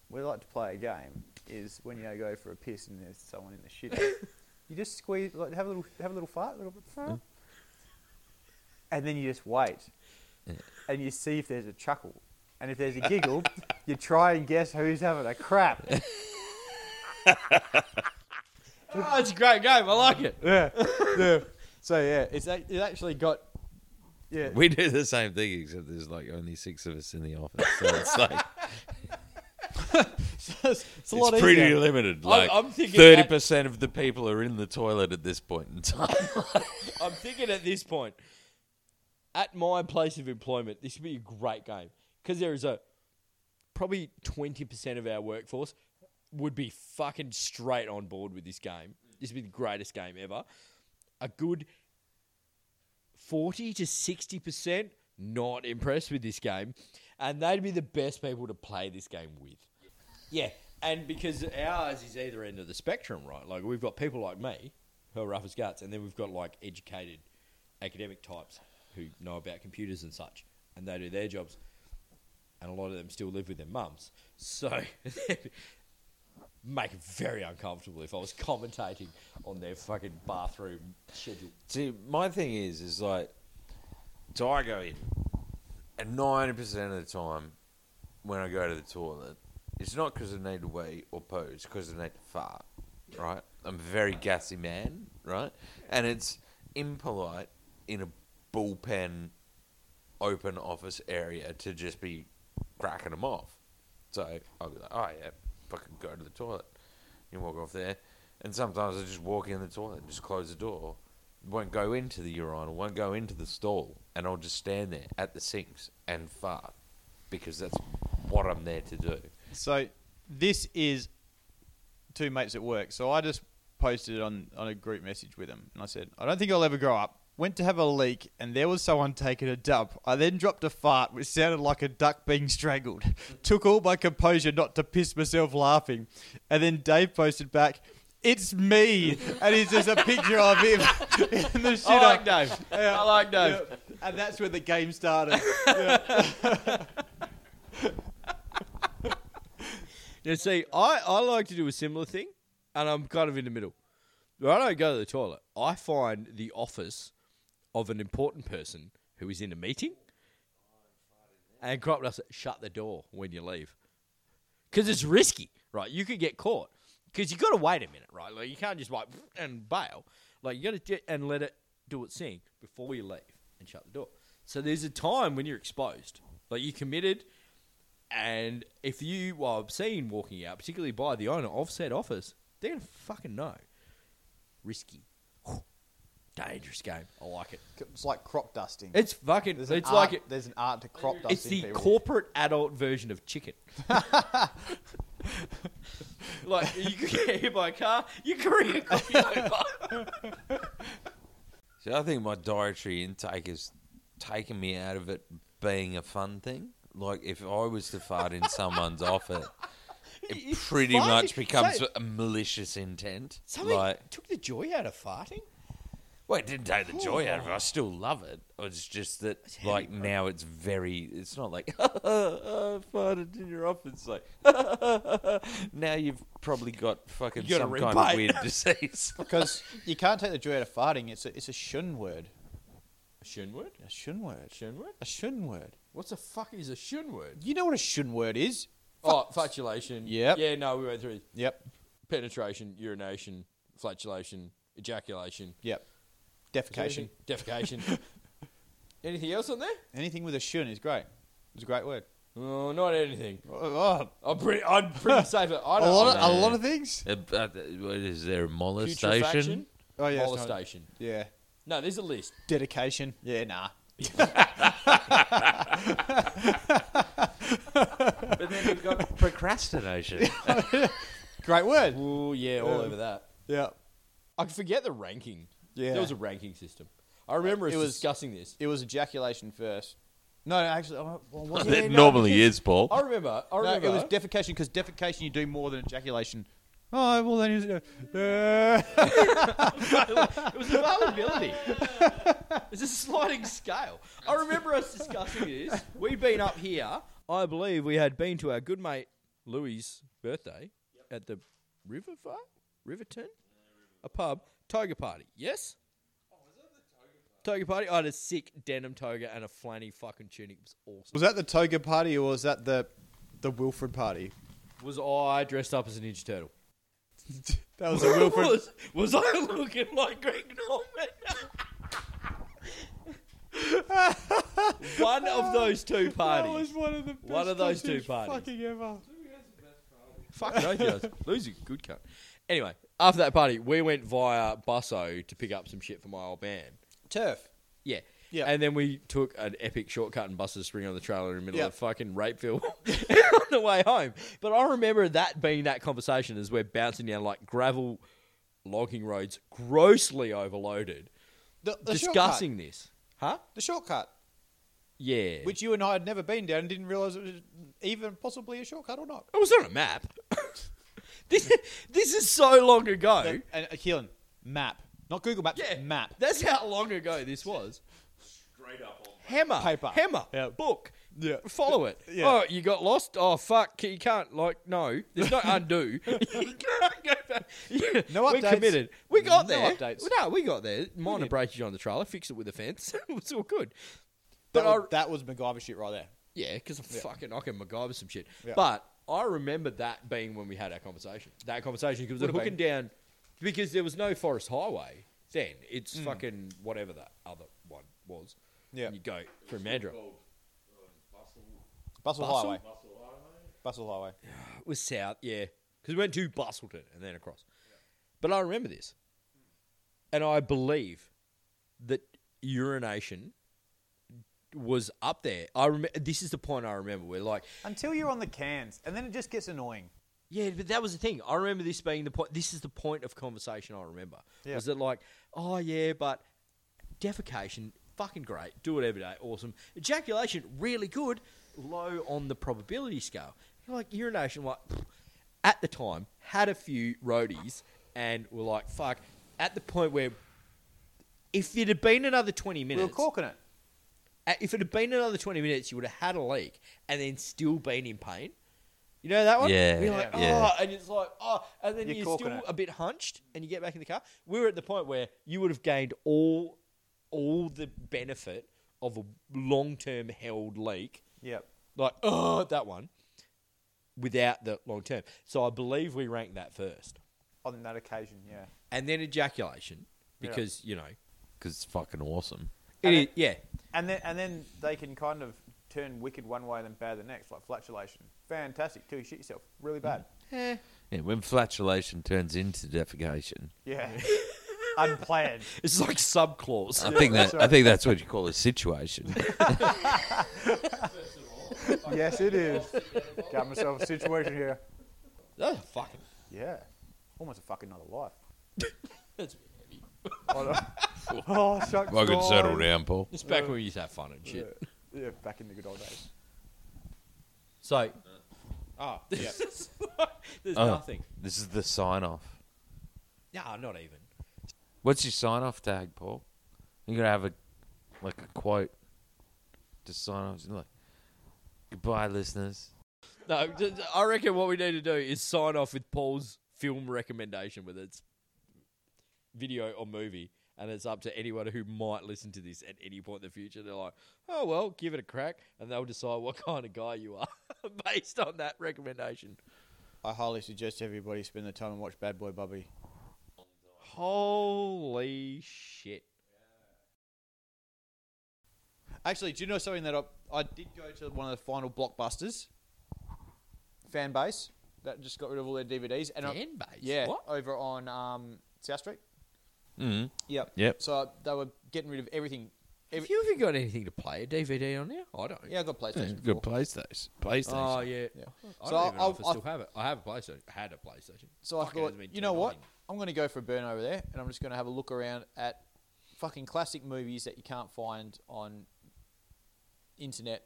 B: we like to play a game. Is when you go for a piss and there's someone in the shitter,
A: <laughs>
B: you just squeeze, like, have a little, have a little fart, little bit,
A: Mm.
B: and then you just wait, and you see if there's a chuckle, and if there's a
A: <laughs>
B: giggle, you try and guess who's having a crap.
A: Oh, it's a great game. I like it. <laughs>
B: yeah, yeah. So yeah, it's ac- it actually got yeah.
C: we do the same thing, except there's like only six of us in the office, so
B: <laughs>
C: it's like
B: it's, a
C: it's
B: lot
C: pretty
B: easier.
C: limited. Like
A: I'm thinking that-
C: thirty percent of the people are in the toilet at this point in time.
A: I'm thinking at this point, at my place of employment, this would be a great game because there is a probably 20% of our workforce would be fucking straight on board with this game. This would be the greatest game ever. A good 40 to 60% not impressed with this game, and they'd be the best people to play this game with. Yeah, and because ours is either end of the spectrum, right? Like we've got people like me who are rough as guts, and then we've got like educated academic types who know about computers and such, and they do their jobs, and a lot of them still live with their mums, so <laughs> make it very uncomfortable if I was commentating on their fucking bathroom schedule.
C: See, my thing is, is like, so I go in, and ninety percent of the time, when I go to the toilet, it's not because I need to wee or poo, it's because I need to fart, right? I'm a very gassy man, right? And it's impolite in a bullpen, open office area to just be cracking them off. So I'll be like, oh yeah, fucking go to the toilet. You walk off there, and sometimes I just walk in the toilet and just close the door. Won't go into the urinal, won't go into the stall, and I'll just stand there at the sinks and fart because that's what I'm there to do.
B: So this is two mates at work. So I just posted it on on a group message with them, and I said, I don't think I'll ever grow up. Went to have a leak, and there was someone taking a dump. I then dropped a fart, which sounded like a duck being strangled. <laughs> Took all my composure not to piss myself laughing, and then Dave posted back.
A: <laughs>
B: It's me, and it's just a picture of him <laughs> in the shit.
A: I like Dave. <laughs> I like Dave.
B: and that's where the
A: <laughs>
B: game started.
A: Now, see, I, I like to do a similar thing, and I'm kind of in the middle. Well, I don't go to the toilet. I find the office of an important person who is in a meeting and crop dust it. shut the door when you leave. Because it's risky, right? You could get caught. Because you got to wait a minute, right? Like, you can't just like and bail. Like, you got to and let it do its thing before you leave and shut the door. So there's a time when you're exposed. Like, you committed, and if you well, I've seen walking out, particularly by the owner of said office, they're gonna fucking know. Risky, <sighs> dangerous game. I like it.
B: It's like crop dusting.
A: It's fucking.
B: There's an
A: it's
B: art-
A: like it,
B: there's an art to crop dusting.
A: it's the
B: people.
A: corporate adult version of <laughs> chicken. like you could get hit by a car, your career could <laughs> be over.
C: So I think my dietary intake has taken me out of it being a fun thing. Like if I was to fart in someone's office,
H: <laughs>
C: it pretty
H: farting-
C: much becomes
H: so-
C: a malicious intent.
H: Something
C: Like,
H: took the joy out of farting.
C: well, it didn't take the joy out of it. I still love it. It's just that, like, now it's very. It's not like, <laughs> I farted in your office. Like, <laughs> now you've probably got fucking
H: got a
C: some
H: ring
C: kind
H: bite.
C: of weird <laughs> disease.
B: Because you can't take the joy out of farting. It's a, it's a shun word.
A: Shun word?
B: A shun word.
A: Shun word?
B: A shun word.
A: What the fuck is a shun word?
B: You know what a shun word is?
A: Oh, flatulation.
B: Yep.
A: Yeah, no, we went through
B: Yep.
A: penetration, urination, flatulation, ejaculation,
B: Yep. Defecation. <laughs>
A: defecation. anything else on there?
B: Anything with a shun is great. It's a great word.
A: Oh, not anything.
B: Oh, oh,
A: I'm pretty, I'm
B: <laughs>
A: pretty safe. I don't
B: a, lot
A: know.
B: of, a lot of things.
C: Uh, uh, what is there? Molestation?
A: Putrefaction,
B: Oh yeah. it's not-
A: molestation.
B: Yeah.
A: No, there's a list.
B: Dedication. Yeah. Nah.
C: But then you've
H: <laughs>
C: got procrastination.
A: <laughs>
B: Great word.
A: Oh yeah, all over that.
B: Yeah.
A: I forget the ranking.
B: Yeah.
A: There was a ranking system. I remember us
B: It was-
A: discussing this.
B: It was ejaculation first. No, no actually, oh, well, <laughs> was it?
C: that normally is, Paul.
A: I remember. I
B: No,
A: remember.
B: it was defecation because defecation you do more than ejaculation. Oh well, then <laughs> you. Uh,
A: It was availability. it's a sliding scale. I remember us discussing this. We'd been up here. I believe we had been to our good mate Louis' birthday at the Riverfar, Riverton, a pub toga party. Yes. Oh, Toga party. I had a sick denim toga and a flanny fucking tunic. It was awesome.
B: was that the toga party or was that the the Wilfred party?
A: Was I dressed up as a Ninja <laughs> Turtle?
B: That was a <laughs> Wilfred.
A: Was, was I looking like Greg <laughs> Norman? one of those two parties.
B: one of the best
A: One of those two parties.
B: fucking ever.
A: Fuck no, he <laughs> does. Losing, good cut. Anyway, after that party, we went via Busso to pick up some shit for my old man.
B: Turf.
A: Yeah.
B: Yeah.
A: And then we took an epic shortcut and busted a spring on the trailer in the middle
B: Yeah.
A: of fucking Rapeville <laughs> on the way home. But I remember that being that conversation as we're bouncing down like gravel logging roads, grossly overloaded,
B: The, the
A: discussing
B: shortcut.
A: this. Huh?
B: the shortcut,
A: Yeah.
B: which you and I had never been down and didn't realize it was even possibly a shortcut or not.
A: it was on a map. <laughs> this, this is so long ago.
B: And uh, Keelan, map, not Google Maps,
A: Yeah,
B: map.
A: That's how long ago this was.
F: Straight up on.
A: Hammer,
B: Paper.
A: hammer,
B: Yeah.
A: book.
B: Yeah.
A: Follow it.
B: Yeah.
A: Oh, you got lost. Oh fuck, you can't like no. There's no undo. <laughs> You can't go back. Yeah,
B: No
A: we
B: updates.
A: committed. We got
B: No
A: there.
B: updates.
A: No, we got there. Minor breakage on the trailer. Fixed it with a fence. <laughs> it was all good.
B: That,
A: But I,
B: was, that was MacGyver shit right there.
A: yeah, because I'm fucking I can MacGyver some shit.
B: Yeah.
A: But I remember that being when we had our conversation. That conversation because we're
B: Would've
A: hooking down because there was no forest highway then. It's fucking whatever that other one was.
B: Mm. Yeah.
A: you go from Mandra.
B: Bustle,
A: Bustle?
B: Highway. Bustle Highway.
A: It was south, yeah, because we went to Bustleton and then across. But I remember this, and I believe that urination was up there. I remember. This is the point I remember. We're like,
B: Until you're on the cans, and then it just gets annoying.
A: Yeah, but that was the thing. I remember this being the point. This is the point of conversation I remember.
B: Yeah.
A: Was that like, oh yeah, but defecation, fucking great. Do it every day. Awesome. Ejaculation, really good. Low on the probability scale. You're like urination, like pfft. at the time had a few roadies and were like, fuck. At the point where, if it had been another twenty
B: We were
A: minutes,
B: corking it.
A: uh, if it had been another 20 minutes, you would have had a leak and then still been in pain. You know that one?
C: Yeah,
A: You're like,
C: yeah.
A: oh, and it's like, oh, and then
B: You're
A: you're,
B: corking
A: still
B: it.
A: a bit hunched and you get back in the car. We were at the point where you would have gained all, all the benefit of a long term held leak,
B: Yep.
A: like, oh, that one, without the long term. So I believe we ranked that first.
B: On that occasion, yeah.
A: And then ejaculation,
B: Yeah.
A: because, you know,
C: Because it's fucking awesome.
A: it
B: And
A: is,
B: it-
A: yeah.
B: And then and then they can kind of turn wicked one way and then bad the next, like flatulation. Fantastic too. Shit yourself. Really <laughs> bad.
C: Yeah, when flatulation turns into defecation,
B: Yeah. Unplanned.
A: It's like subclause.
C: I think that I think that's what you call a situation.
B: yes, it is. Got myself a situation here.
A: That's a fucking
B: Yeah. Almost a fucking other life.
A: That's a
B: <laughs> Oh, no. oh shucks.
C: I could settle
B: guys.
C: down, Paul.
A: It's back when we used to have fun and shit.
B: Yeah, back in the good old days.
A: So, <laughs>
B: Oh, yeah. Uh-huh.
H: There's
C: Oh,
H: nothing.
C: This is the sign off.
H: No, not even.
C: What's your sign off tag, Paul? You're gonna have a like a quote to sign off. Like, goodbye, listeners.
A: No, d- d- I reckon what we need to do is sign off with Paul's film recommendation, whether it's video or movie, and it's up to anyone who might listen to this at any point in the future. They're like, oh, well, give it a crack, and they'll decide what <laughs> kind of guy you are based on that recommendation.
B: I highly suggest everybody spend the time and watch Bad Boy Bubby.
A: Holy shit.
B: Actually, do you know something that I, I did go to one of the final blockbusters? Fan base that just got rid of all their DVDs and I-
A: Fan base?
B: yeah,
A: What?
B: over on um, South Street.
C: Mm.
B: Yep.
C: Yep.
B: So they were getting rid of everything. Every,
A: Have you ever got anything to play? A DVD on there? I don't.
B: yeah, I got PlayStation.
C: Good PlayStation. PlayStation.
A: Oh, yeah.
B: Yeah.
A: I
B: So
A: don't even know
B: I'll-
A: if I
B: I'll-
A: still have it. I have a PlayStation. I had a PlayStation.
B: So I
A: Fuck, it hasn't
B: thought,
A: been
B: you know
A: turned
B: what?
A: on.
B: I'm going to go for a burn over there, and I'm just going to have a look around at fucking classic movies that you can't find on internet,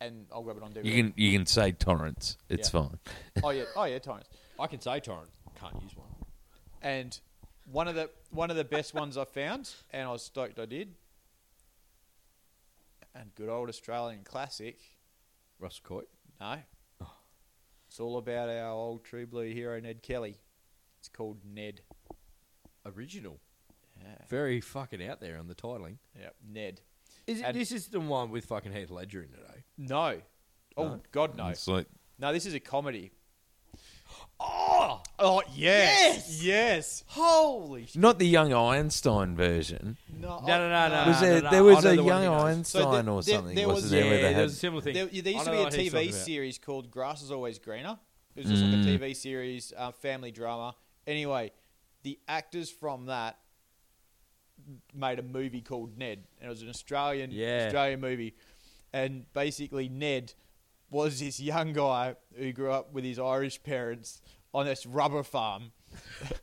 B: and I'll grab it on DVD.
C: You can you can say torrents. It's
B: Yeah.
C: fine.
B: Oh yeah, oh yeah, Torrance.
A: I can say torrent. Can't use one.
B: And one of the one of the best ones I found, and I was stoked I did. And good old Australian classic.
A: Russell Coit.
B: No, it's all about our old true blue hero Ned Kelly. It's called Ned.
A: Original.
B: Yeah.
A: Very fucking out there on the titling.
B: Yep, Ned.
A: Is it,
B: And-
A: this is the one with fucking Heath Ledger in it, eh?
B: No. Oh God, no.
C: It's like
B: No, this is a comedy.
A: Oh!
B: Oh yes, yes. Holy sh-
C: not the young Einstein version.
B: no!
A: No, no, no, no.
C: was there,
A: no,
C: there
A: I
C: was
A: know
C: a
A: the one
C: young
A: he knows.
C: Einstein
B: So there-
C: or
B: there-
C: something,
B: there
C: wasn't
B: was-
C: there? where they
A: Yeah,
C: had,
A: there was a similar thing.
B: There, yeah, there
A: I
B: used to
A: know
B: be a
A: what he's
B: TV
A: talking about. Mm.
B: series called Grass is Always Greener. It was just like a TV series, uh, family drama. Anyway, the actors from that made a movie called Ned, and it was an Australian
A: Yeah.
B: Australian movie. And basically, Ned was this young guy who grew up with his Irish parents on this rubber farm.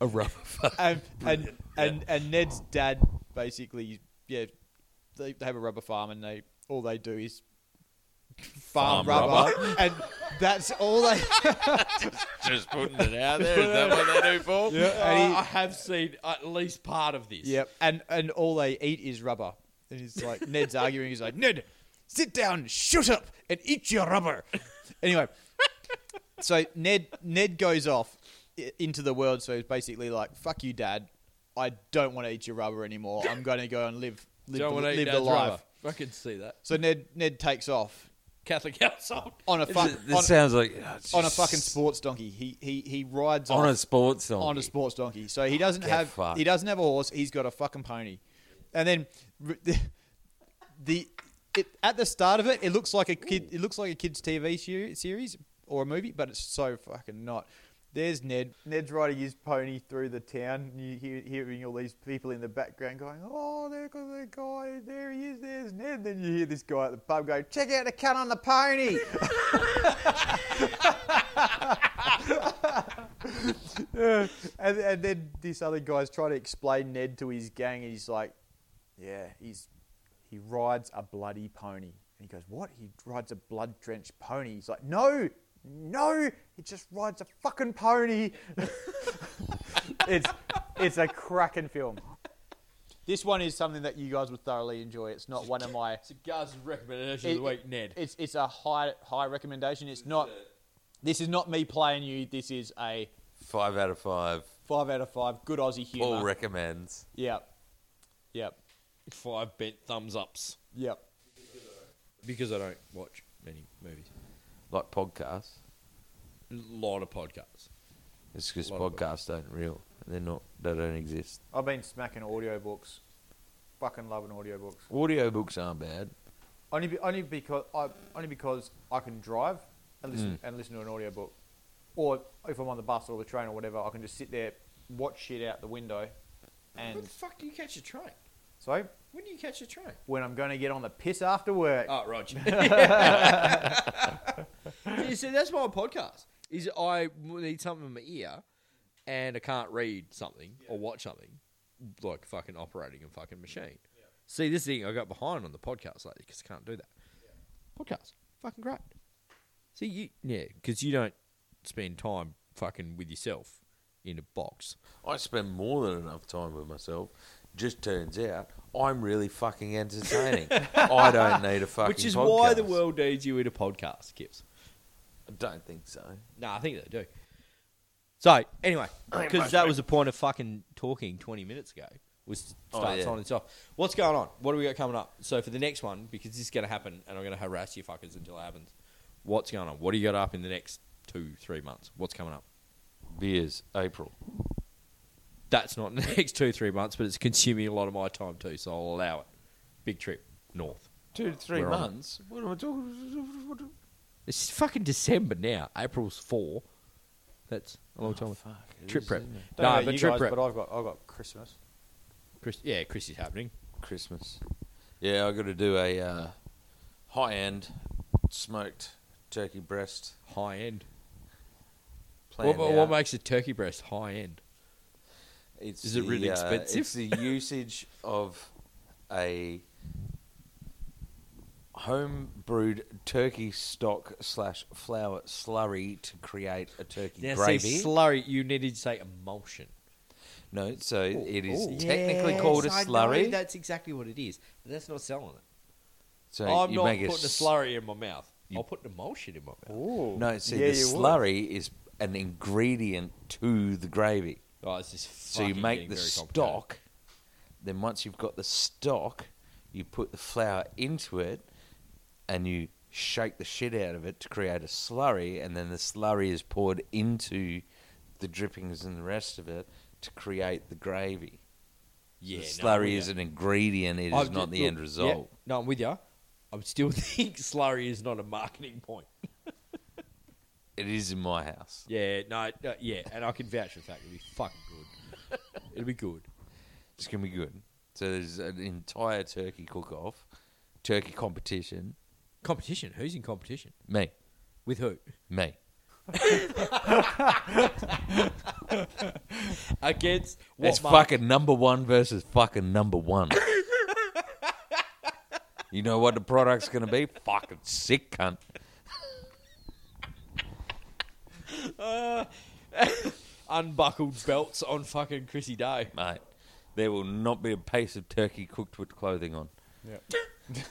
A: A <laughs> rubber
B: and and, and and Ned's dad basically, yeah, they, they have a rubber farm and they all they do is farm,
C: Farm
B: rubber, and that's all they.
C: Just putting it out there. Is that what they do, Paul?
B: <laughs> and
A: I have seen at least part of this.
B: he, yep, and and all they eat is rubber. And
A: <laughs>
B: it's like Ned's arguing. He's like, Ned, sit down, shut up, and eat your rubber. Anyway, so Ned Ned goes off i- into the world. So he's basically like, "Fuck you, Dad. I don't want to eat your rubber anymore. I'm going to go and live live,
A: Don't
B: the,
A: want to eat
B: live the
A: dad's
B: life."
A: rubber. I can see that.
B: So Ned Ned takes off
A: Catholic
B: <laughs>
A: household.
B: on a fuck,
C: This
B: on,
C: sounds like oh,
B: on a
C: just-
B: fucking sports donkey. He he he rides
C: on a
B: off
C: sports song.
B: on a sports donkey. So he doesn't
C: Get
B: have
C: fucked.
B: he doesn't have a horse. He's got a fucking pony, and then r- <laughs> the, the it, at the start of it, it looks like a kid. It looks like a kids' TV se- series or a movie, but it's so fucking not. There's Ned. Ned's riding his pony through the town. and You hear, hearing all these people in the background going, "Oh, there goes the guy. There he is. There's Ned." Then you hear this guy at the pub go, "Check out the cunt on the pony." <laughs> and, and then this other guy's trying to explain Ned to his gang, and he's like, "Yeah, he's he rides a bloody pony." And he goes, "What? He rides a blood-drenched pony?" He's like, "No, no, he just rides a fucking pony." <laughs> it's it's a cracking film. This one is something that you guys would thoroughly enjoy. It's not one of my
A: Cigars recommendation of the
B: it-
A: week, Ned.
B: It's it's a high high recommendation. It's not. This is not me playing you. This is a
C: Five out of five.
B: five out of five. Good Aussie humor.
C: Paul recommends.
B: Yep. Yep.
A: Five bent thumbs ups.
B: Yep.
A: Because I don't watch many movies.
C: Like podcasts.
A: A lot of podcasts.
C: It's because
A: Lot of
C: podcasts don't real. They're not. They don't exist.
B: I've been smacking audiobooks. Fucking loving audiobooks.
C: Audiobooks aren't bad.
B: Only be, only because I only because I can drive and listen and listen to an audiobook. Or if I'm on the bus or the train or whatever, I can just sit there, watch shit out the window
A: When
B: and
A: the fuck do you catch a train?
B: so
A: When do you catch a train?
B: when I'm gonna get on the piss after work.
A: Oh, Roger. you <laughs> see, that's my podcast. Is I need something in my ear, and I can't read something or watch something, like fucking operating a fucking machine. See, this thing I got behind on the podcast lately because I can't do that. Podcast, fucking great. See you, yeah, because you don't spend time fucking with yourself in a box.
C: I spend more than enough time with myself. Just turns out I'm really fucking entertaining. I don't need a fucking.
A: Which is why the
C: podcast.
A: world needs you in a podcast, Kips.
C: I don't think so.
A: No, I think they do. So anyway, because that was the point of fucking talking twenty minutes ago was to
C: Oh,
A: start
C: yeah.
A: signing us off. What's going on? What do we got coming up? So for the next one, because this is going to happen, and I'm going to harass you fuckers until it happens. What's going on? What do you got up in the next two, three months? What's coming up?
C: Beers, April.
A: That's not <laughs> in the next two, three months, but it's consuming a lot of my time too, so I'll allow it. Big trip north.
C: Two to 3
A: We're on it.
C: months. What am I talking? What
A: It's fucking December now. April's four. That's a long time.
C: it
A: trip
C: is,
A: prep.
C: isn't it?
B: Don't know
A: No,
B: about
A: but
B: you
A: trip
B: guys,
A: prep.
B: but I've got I've got Christmas.
A: Chris, yeah, Chris is happening.
C: Christmas. Yeah, I got to do a uh, high-end smoked turkey breast.
A: High end.
C: Plan
A: What, what
C: out.
A: makes a turkey breast high end?
C: It's
A: Is it really
C: uh,
A: expensive?
C: it's the usage of a home-brewed turkey stock slash flour slurry to create a turkey
A: Now,
C: gravy.
A: see, slurry, you needed to say emulsion.
C: no, so it
A: Oh,
C: is technically called a slurry.
A: that's exactly what it is. But that's not selling it.
C: so
A: I'm
C: you
A: not
C: make
A: putting a,
C: s-
A: slurry in my mouth.
C: you-
A: I'll put an emulsion in my mouth.
B: Ooh.
C: No, see,
B: Yeah,
C: the
B: you would.
C: slurry is an ingredient to the gravy.
A: Oh, it's just
C: So you
A: fucking
C: make
A: getting
C: the
A: very complicated.
C: stock. Then once you've got the stock, you put the flour into it, and you shake the shit out of it to create a slurry, and then the slurry is poured into the drippings and the rest of it to create the gravy.
A: Yeah,
C: the
A: no, I'm
C: slurry
A: with
C: is
A: ya.
C: an ingredient; it is
A: I've
C: not
A: ju-
C: the
A: look,
C: end
A: yeah,
C: result.
A: no, I'm with you. I still <laughs> think slurry is not a marketing point.
C: It is in my house.
A: Yeah, no, no, yeah, and I can vouch for the fact it'll be fucking good. <laughs> it'll be good.
C: It's gonna be good. So there's an entire turkey cook-off, turkey competition.
A: Competition? Who's in competition?
C: Me,
A: With who?
C: me.
A: Against what?
C: It's
A: market?
C: fucking number one versus fucking number one. you know what the product's
A: <laughs>
C: gonna be? Fucking sick cunt.
A: unbuckled belts on fucking Chrissy Day.
C: Mate, there will not be a piece of turkey cooked with clothing on. <laughs>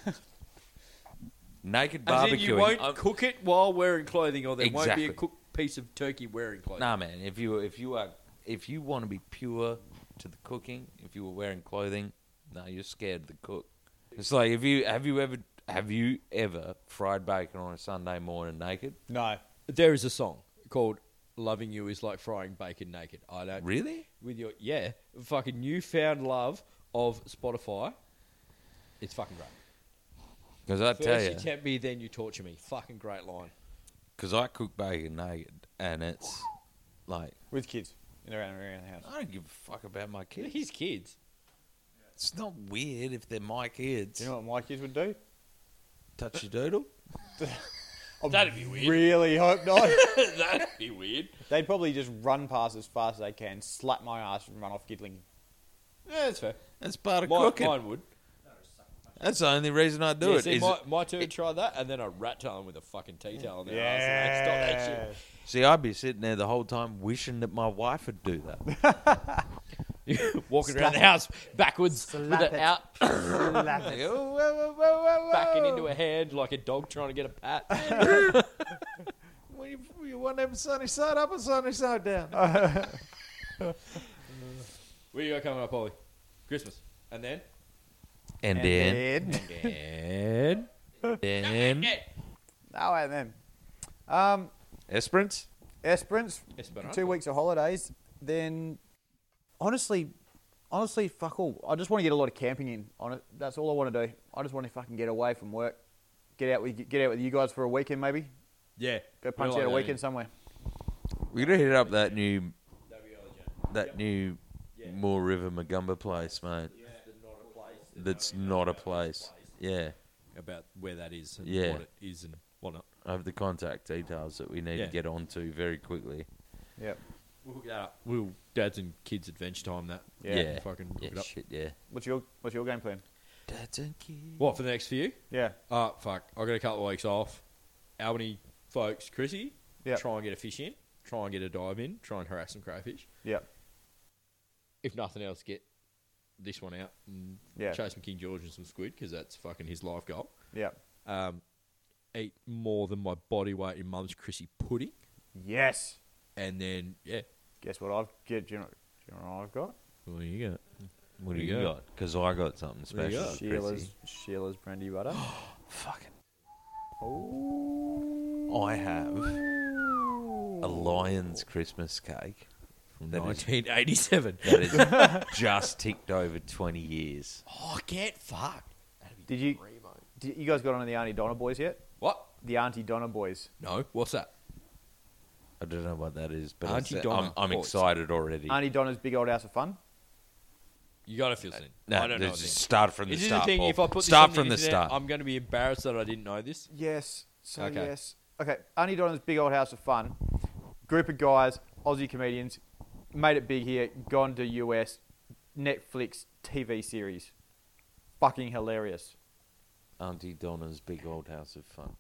C: Naked
A: As in,
C: barbecue.
A: you won't cook it while wearing clothing, or there won't be a
C: Exactly.
A: cooked piece of turkey wearing clothing.
C: Nah, man. If you if you are if you want to be pure to the cooking, if you were wearing clothing, no, you're scared of the cook. It's like if you have you ever have you ever fried bacon on a Sunday morning naked?
B: No.
A: There is a song called "Loving You Is Like Frying Bacon Naked." I don't
C: Really?
A: with your yeah fucking newfound love of Spotify. It's fucking great.
C: Because I tell
A: First you.
C: you,
A: tempt me, then you torture me. Fucking great line.
C: Because I cook bacon naked, and it's like
B: With kids. In around, around the house.
C: I don't give a fuck about my
A: They're
C: kids.
A: His kids.
C: It's not weird if they're my kids.
B: Do you know what my kids would do?
C: Touch your doodle.
B: That'd be weird. Really hope not.
A: <laughs> That'd be weird.
B: <laughs> They'd probably just run past as fast as they can, slap my ass, and run off giggling.
A: Yeah, that's fair.
C: That's part of
A: My,
C: cooking.
A: mine would.
C: That's the only reason I do
A: yeah,
C: it.
A: see,
C: is
A: my,
C: it-
A: my two would try that, and then I rat tail them with a fucking tea towel on their ass, and they'd stop that shit.
B: Yeah.
C: see, I'd be sitting there the whole time wishing that my wife would do that.
A: <laughs> walking around the house backwards with it, out, <coughs>
B: <laughs>
A: backing into a hand like a dog trying to get a pat.
C: you, want them sunny side up or sunny side down?
A: <laughs> Where you got coming up, Ollie? Christmas, and then
C: And, then, <laughs>
A: and
C: then,
B: No, Oh, and then. Um,
C: Esperance.
B: Esperance,
A: Esperanza.
B: two weeks of holidays. Then, honestly, honestly, fuck all. I just want to get a lot of camping in. On it, that's all I want to do. I just want to fucking get away from work, get out with get out with you guys for a weekend, maybe.
A: yeah,
B: Go punch
A: like
B: out a
A: that,
B: weekend somewhere.
C: We're gonna hit up that new, that new, Moore River Magumba place, mate. That's not a place. Yeah,
A: about where that is, and
C: Yeah.
A: what it is, and whatnot.
C: I have the contact details that we need
A: Yeah.
C: to get onto very quickly.
B: Yep.
A: We'll hook that up. We'll dads and kids adventure time that.
B: Yeah.
C: yeah.
A: fucking hook
C: Yeah,
A: it up.
C: shit, yeah.
B: What's your What's your game plan?
A: What for the next few?
B: Yeah.
A: Ah, Uh fuck. I got a couple of weeks off. Albany folks, Chrissy,
B: Yep.
A: try and get a fish in. try and get a dive in, try and harass some crayfish.
B: Yeah.
A: If nothing else, get this one out and
B: Yeah.
A: chase some King George and some squid because that's fucking his life goal.
B: Yeah.
A: Um, eat more than my body weight in mum's Chrissy pudding,
B: Yes.
A: and then yeah,
B: Guess what I've get. Do you know, do you know what I've got?
A: what do you got?
C: What do you got? Because I got something
A: do you
B: Oh,
C: special.
A: got?
B: Sheila's Sheila's brandy <gasps> butter.
C: Fucking. I have a lion's Christmas cake
A: From
C: That is-
A: 1987.
C: that has
A: <laughs>
C: just ticked over 20 years.
A: oh, get fucked.
B: Did you? Did, you guys got on the Auntie Donna boys yet?
A: What?
B: The Auntie Donna boys.
A: No, what's that?
C: I don't know what that is, but
A: Auntie
C: I said-
A: Donna
C: I'm, I'm
A: boys.
C: excited already.
B: Auntie Donna's big old house of fun.
A: You gotta feel seen.
C: no,
A: I don't know.
C: just
A: this.
C: Start from the
A: This is the
C: start.
A: thing.
C: Paul.
A: If I put this
C: start
A: on
C: from the
A: internet,
C: start.
A: I'm going to be embarrassed that I didn't know this.
B: Yes. So
A: Okay.
B: yes. Okay. Auntie Donna's big old house of fun. Group of guys, Aussie comedians, made it big here. Gone to US, Netflix TV series. Fucking hilarious.
C: Auntie Donna's big old house of fun.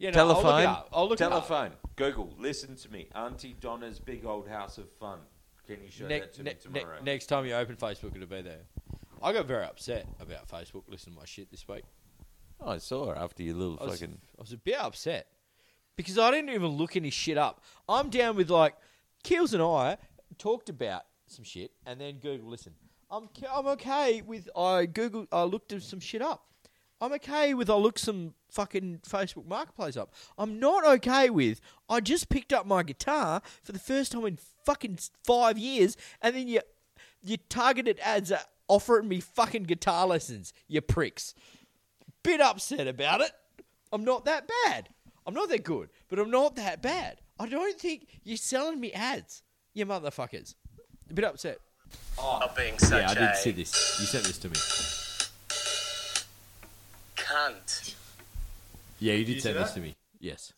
A: Yeah, no,
C: Telephone.
A: I'll look it up. I'll look it up.
C: Telephone. Google. Listen to me. Auntie Donna's big old house of fun. Can you show
A: Ne-
C: that to
A: ne-
C: me
A: ne-
C: tomorrow?
A: next time you open Facebook, it'll be there. I got very upset about Facebook listening to my shit this week.
C: I saw her after your little
A: I was,
C: fucking.
A: I was a bit upset because I didn't even look any shit up. I'm down with like Keels and I talked about some shit, and then Google listen. I'm ca- I'm okay with I Google I looked some shit up. I'm okay with I looked some fucking Facebook Marketplace up. I'm not okay with I just picked up my guitar for the first time in fucking five years, and then you you targeted ads are offering me fucking guitar lessons. You pricks bit upset about it. I'm not that bad. I'm not that good, but I'm not that bad. I don't think you're selling me ads, you motherfuckers. A bit upset.
I: Not being such a
A: this. You sent this to me.
I: cunt.
A: Yeah, you did send this to me. Yes.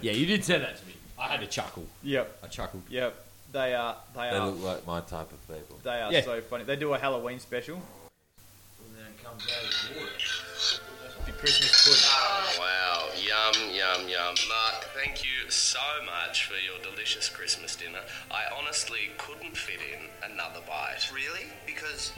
A: Yeah, you did send that to me. I had a chuckle.
B: Yep.
A: I chuckled.
B: Yep. They are. They
C: They
B: are.
C: look like my type of people.
B: They are
A: Yeah.
B: so funny. They do a Halloween special. The Christmas
I: Oh, Wow, yum, yum, yum. Mark, thank you so much for your delicious Christmas dinner. I honestly couldn't fit in another bite. Really? Because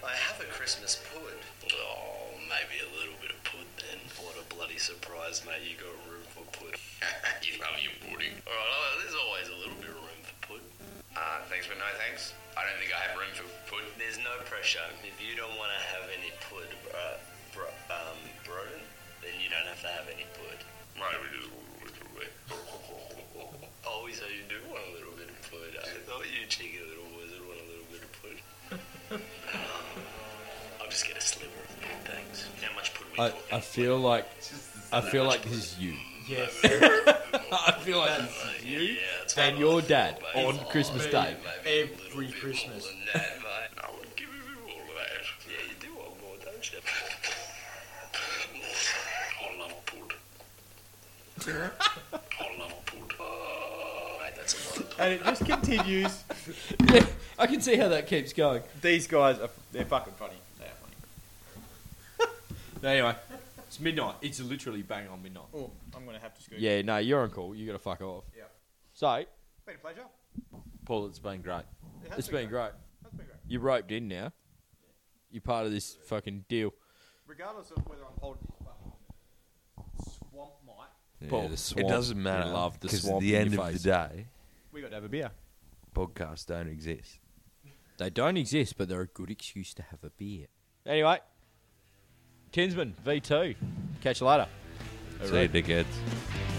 I: I have a Christmas pud. Oh, maybe a little bit of pud then. What a bloody surprise, mate. You got room for pud. <laughs> you love your pudding. Alright, well, there's always a little bit of room for pud. Uh, thanks, but no thanks. I don't think I have room for pud. There's no pressure. If you don't want to have any pud, uh, bro, um, Broden, then you don't have to have any pud. Right, we just want a little bit. <laughs> Oh, so you do want a little bit of pud. I thought you cheeky little wizard want a little bit of
A: <laughs>
I: pud. I'll just get a sliver of pud, thanks. How much pud we
A: I,
I: talking?
A: I feel like I feel like this is you.
I: Yes.
A: <laughs> I feel like this is
I: Yeah,
A: you
I: it's
A: and
I: one
A: your
I: of those
A: dad
I: little
A: on
I: babies.
A: Christmas Day.
I: every Christmas. <laughs> I would give you all of that. Yeah, you do want more, don't you? I love pud. I love pud. Oh, mate, that's a lot of
B: pud. And it just continues.
A: <laughs> I can see how that keeps going.
B: These guys are. They're fucking funny. They are funny.
A: Anyway, it's midnight. It's literally bang on midnight.
B: Oh, I'm gonna have to scoot.
A: Yeah, no, you're on call. You gotta fuck off.
B: Yep.
A: So
B: Been a pleasure.
C: Paul, it's been great.
B: It has
A: it's been great.
B: That's been great.
A: You're roped in now. You're part of this fucking deal.
B: Regardless of whether I'm holding this fucking swamp mic,
A: Paul,
C: the swamp. It doesn't matter.
A: You love the
C: 'cause
A: swamp
C: At the
A: in
C: end
A: your
C: of
A: face.
C: the day,
B: we got to have a beer.
C: podcasts don't exist.
A: They don't exist, but they're a good excuse to have a beer. Anyway, Kinsman V2. Catch you later.
C: See you, dickheads.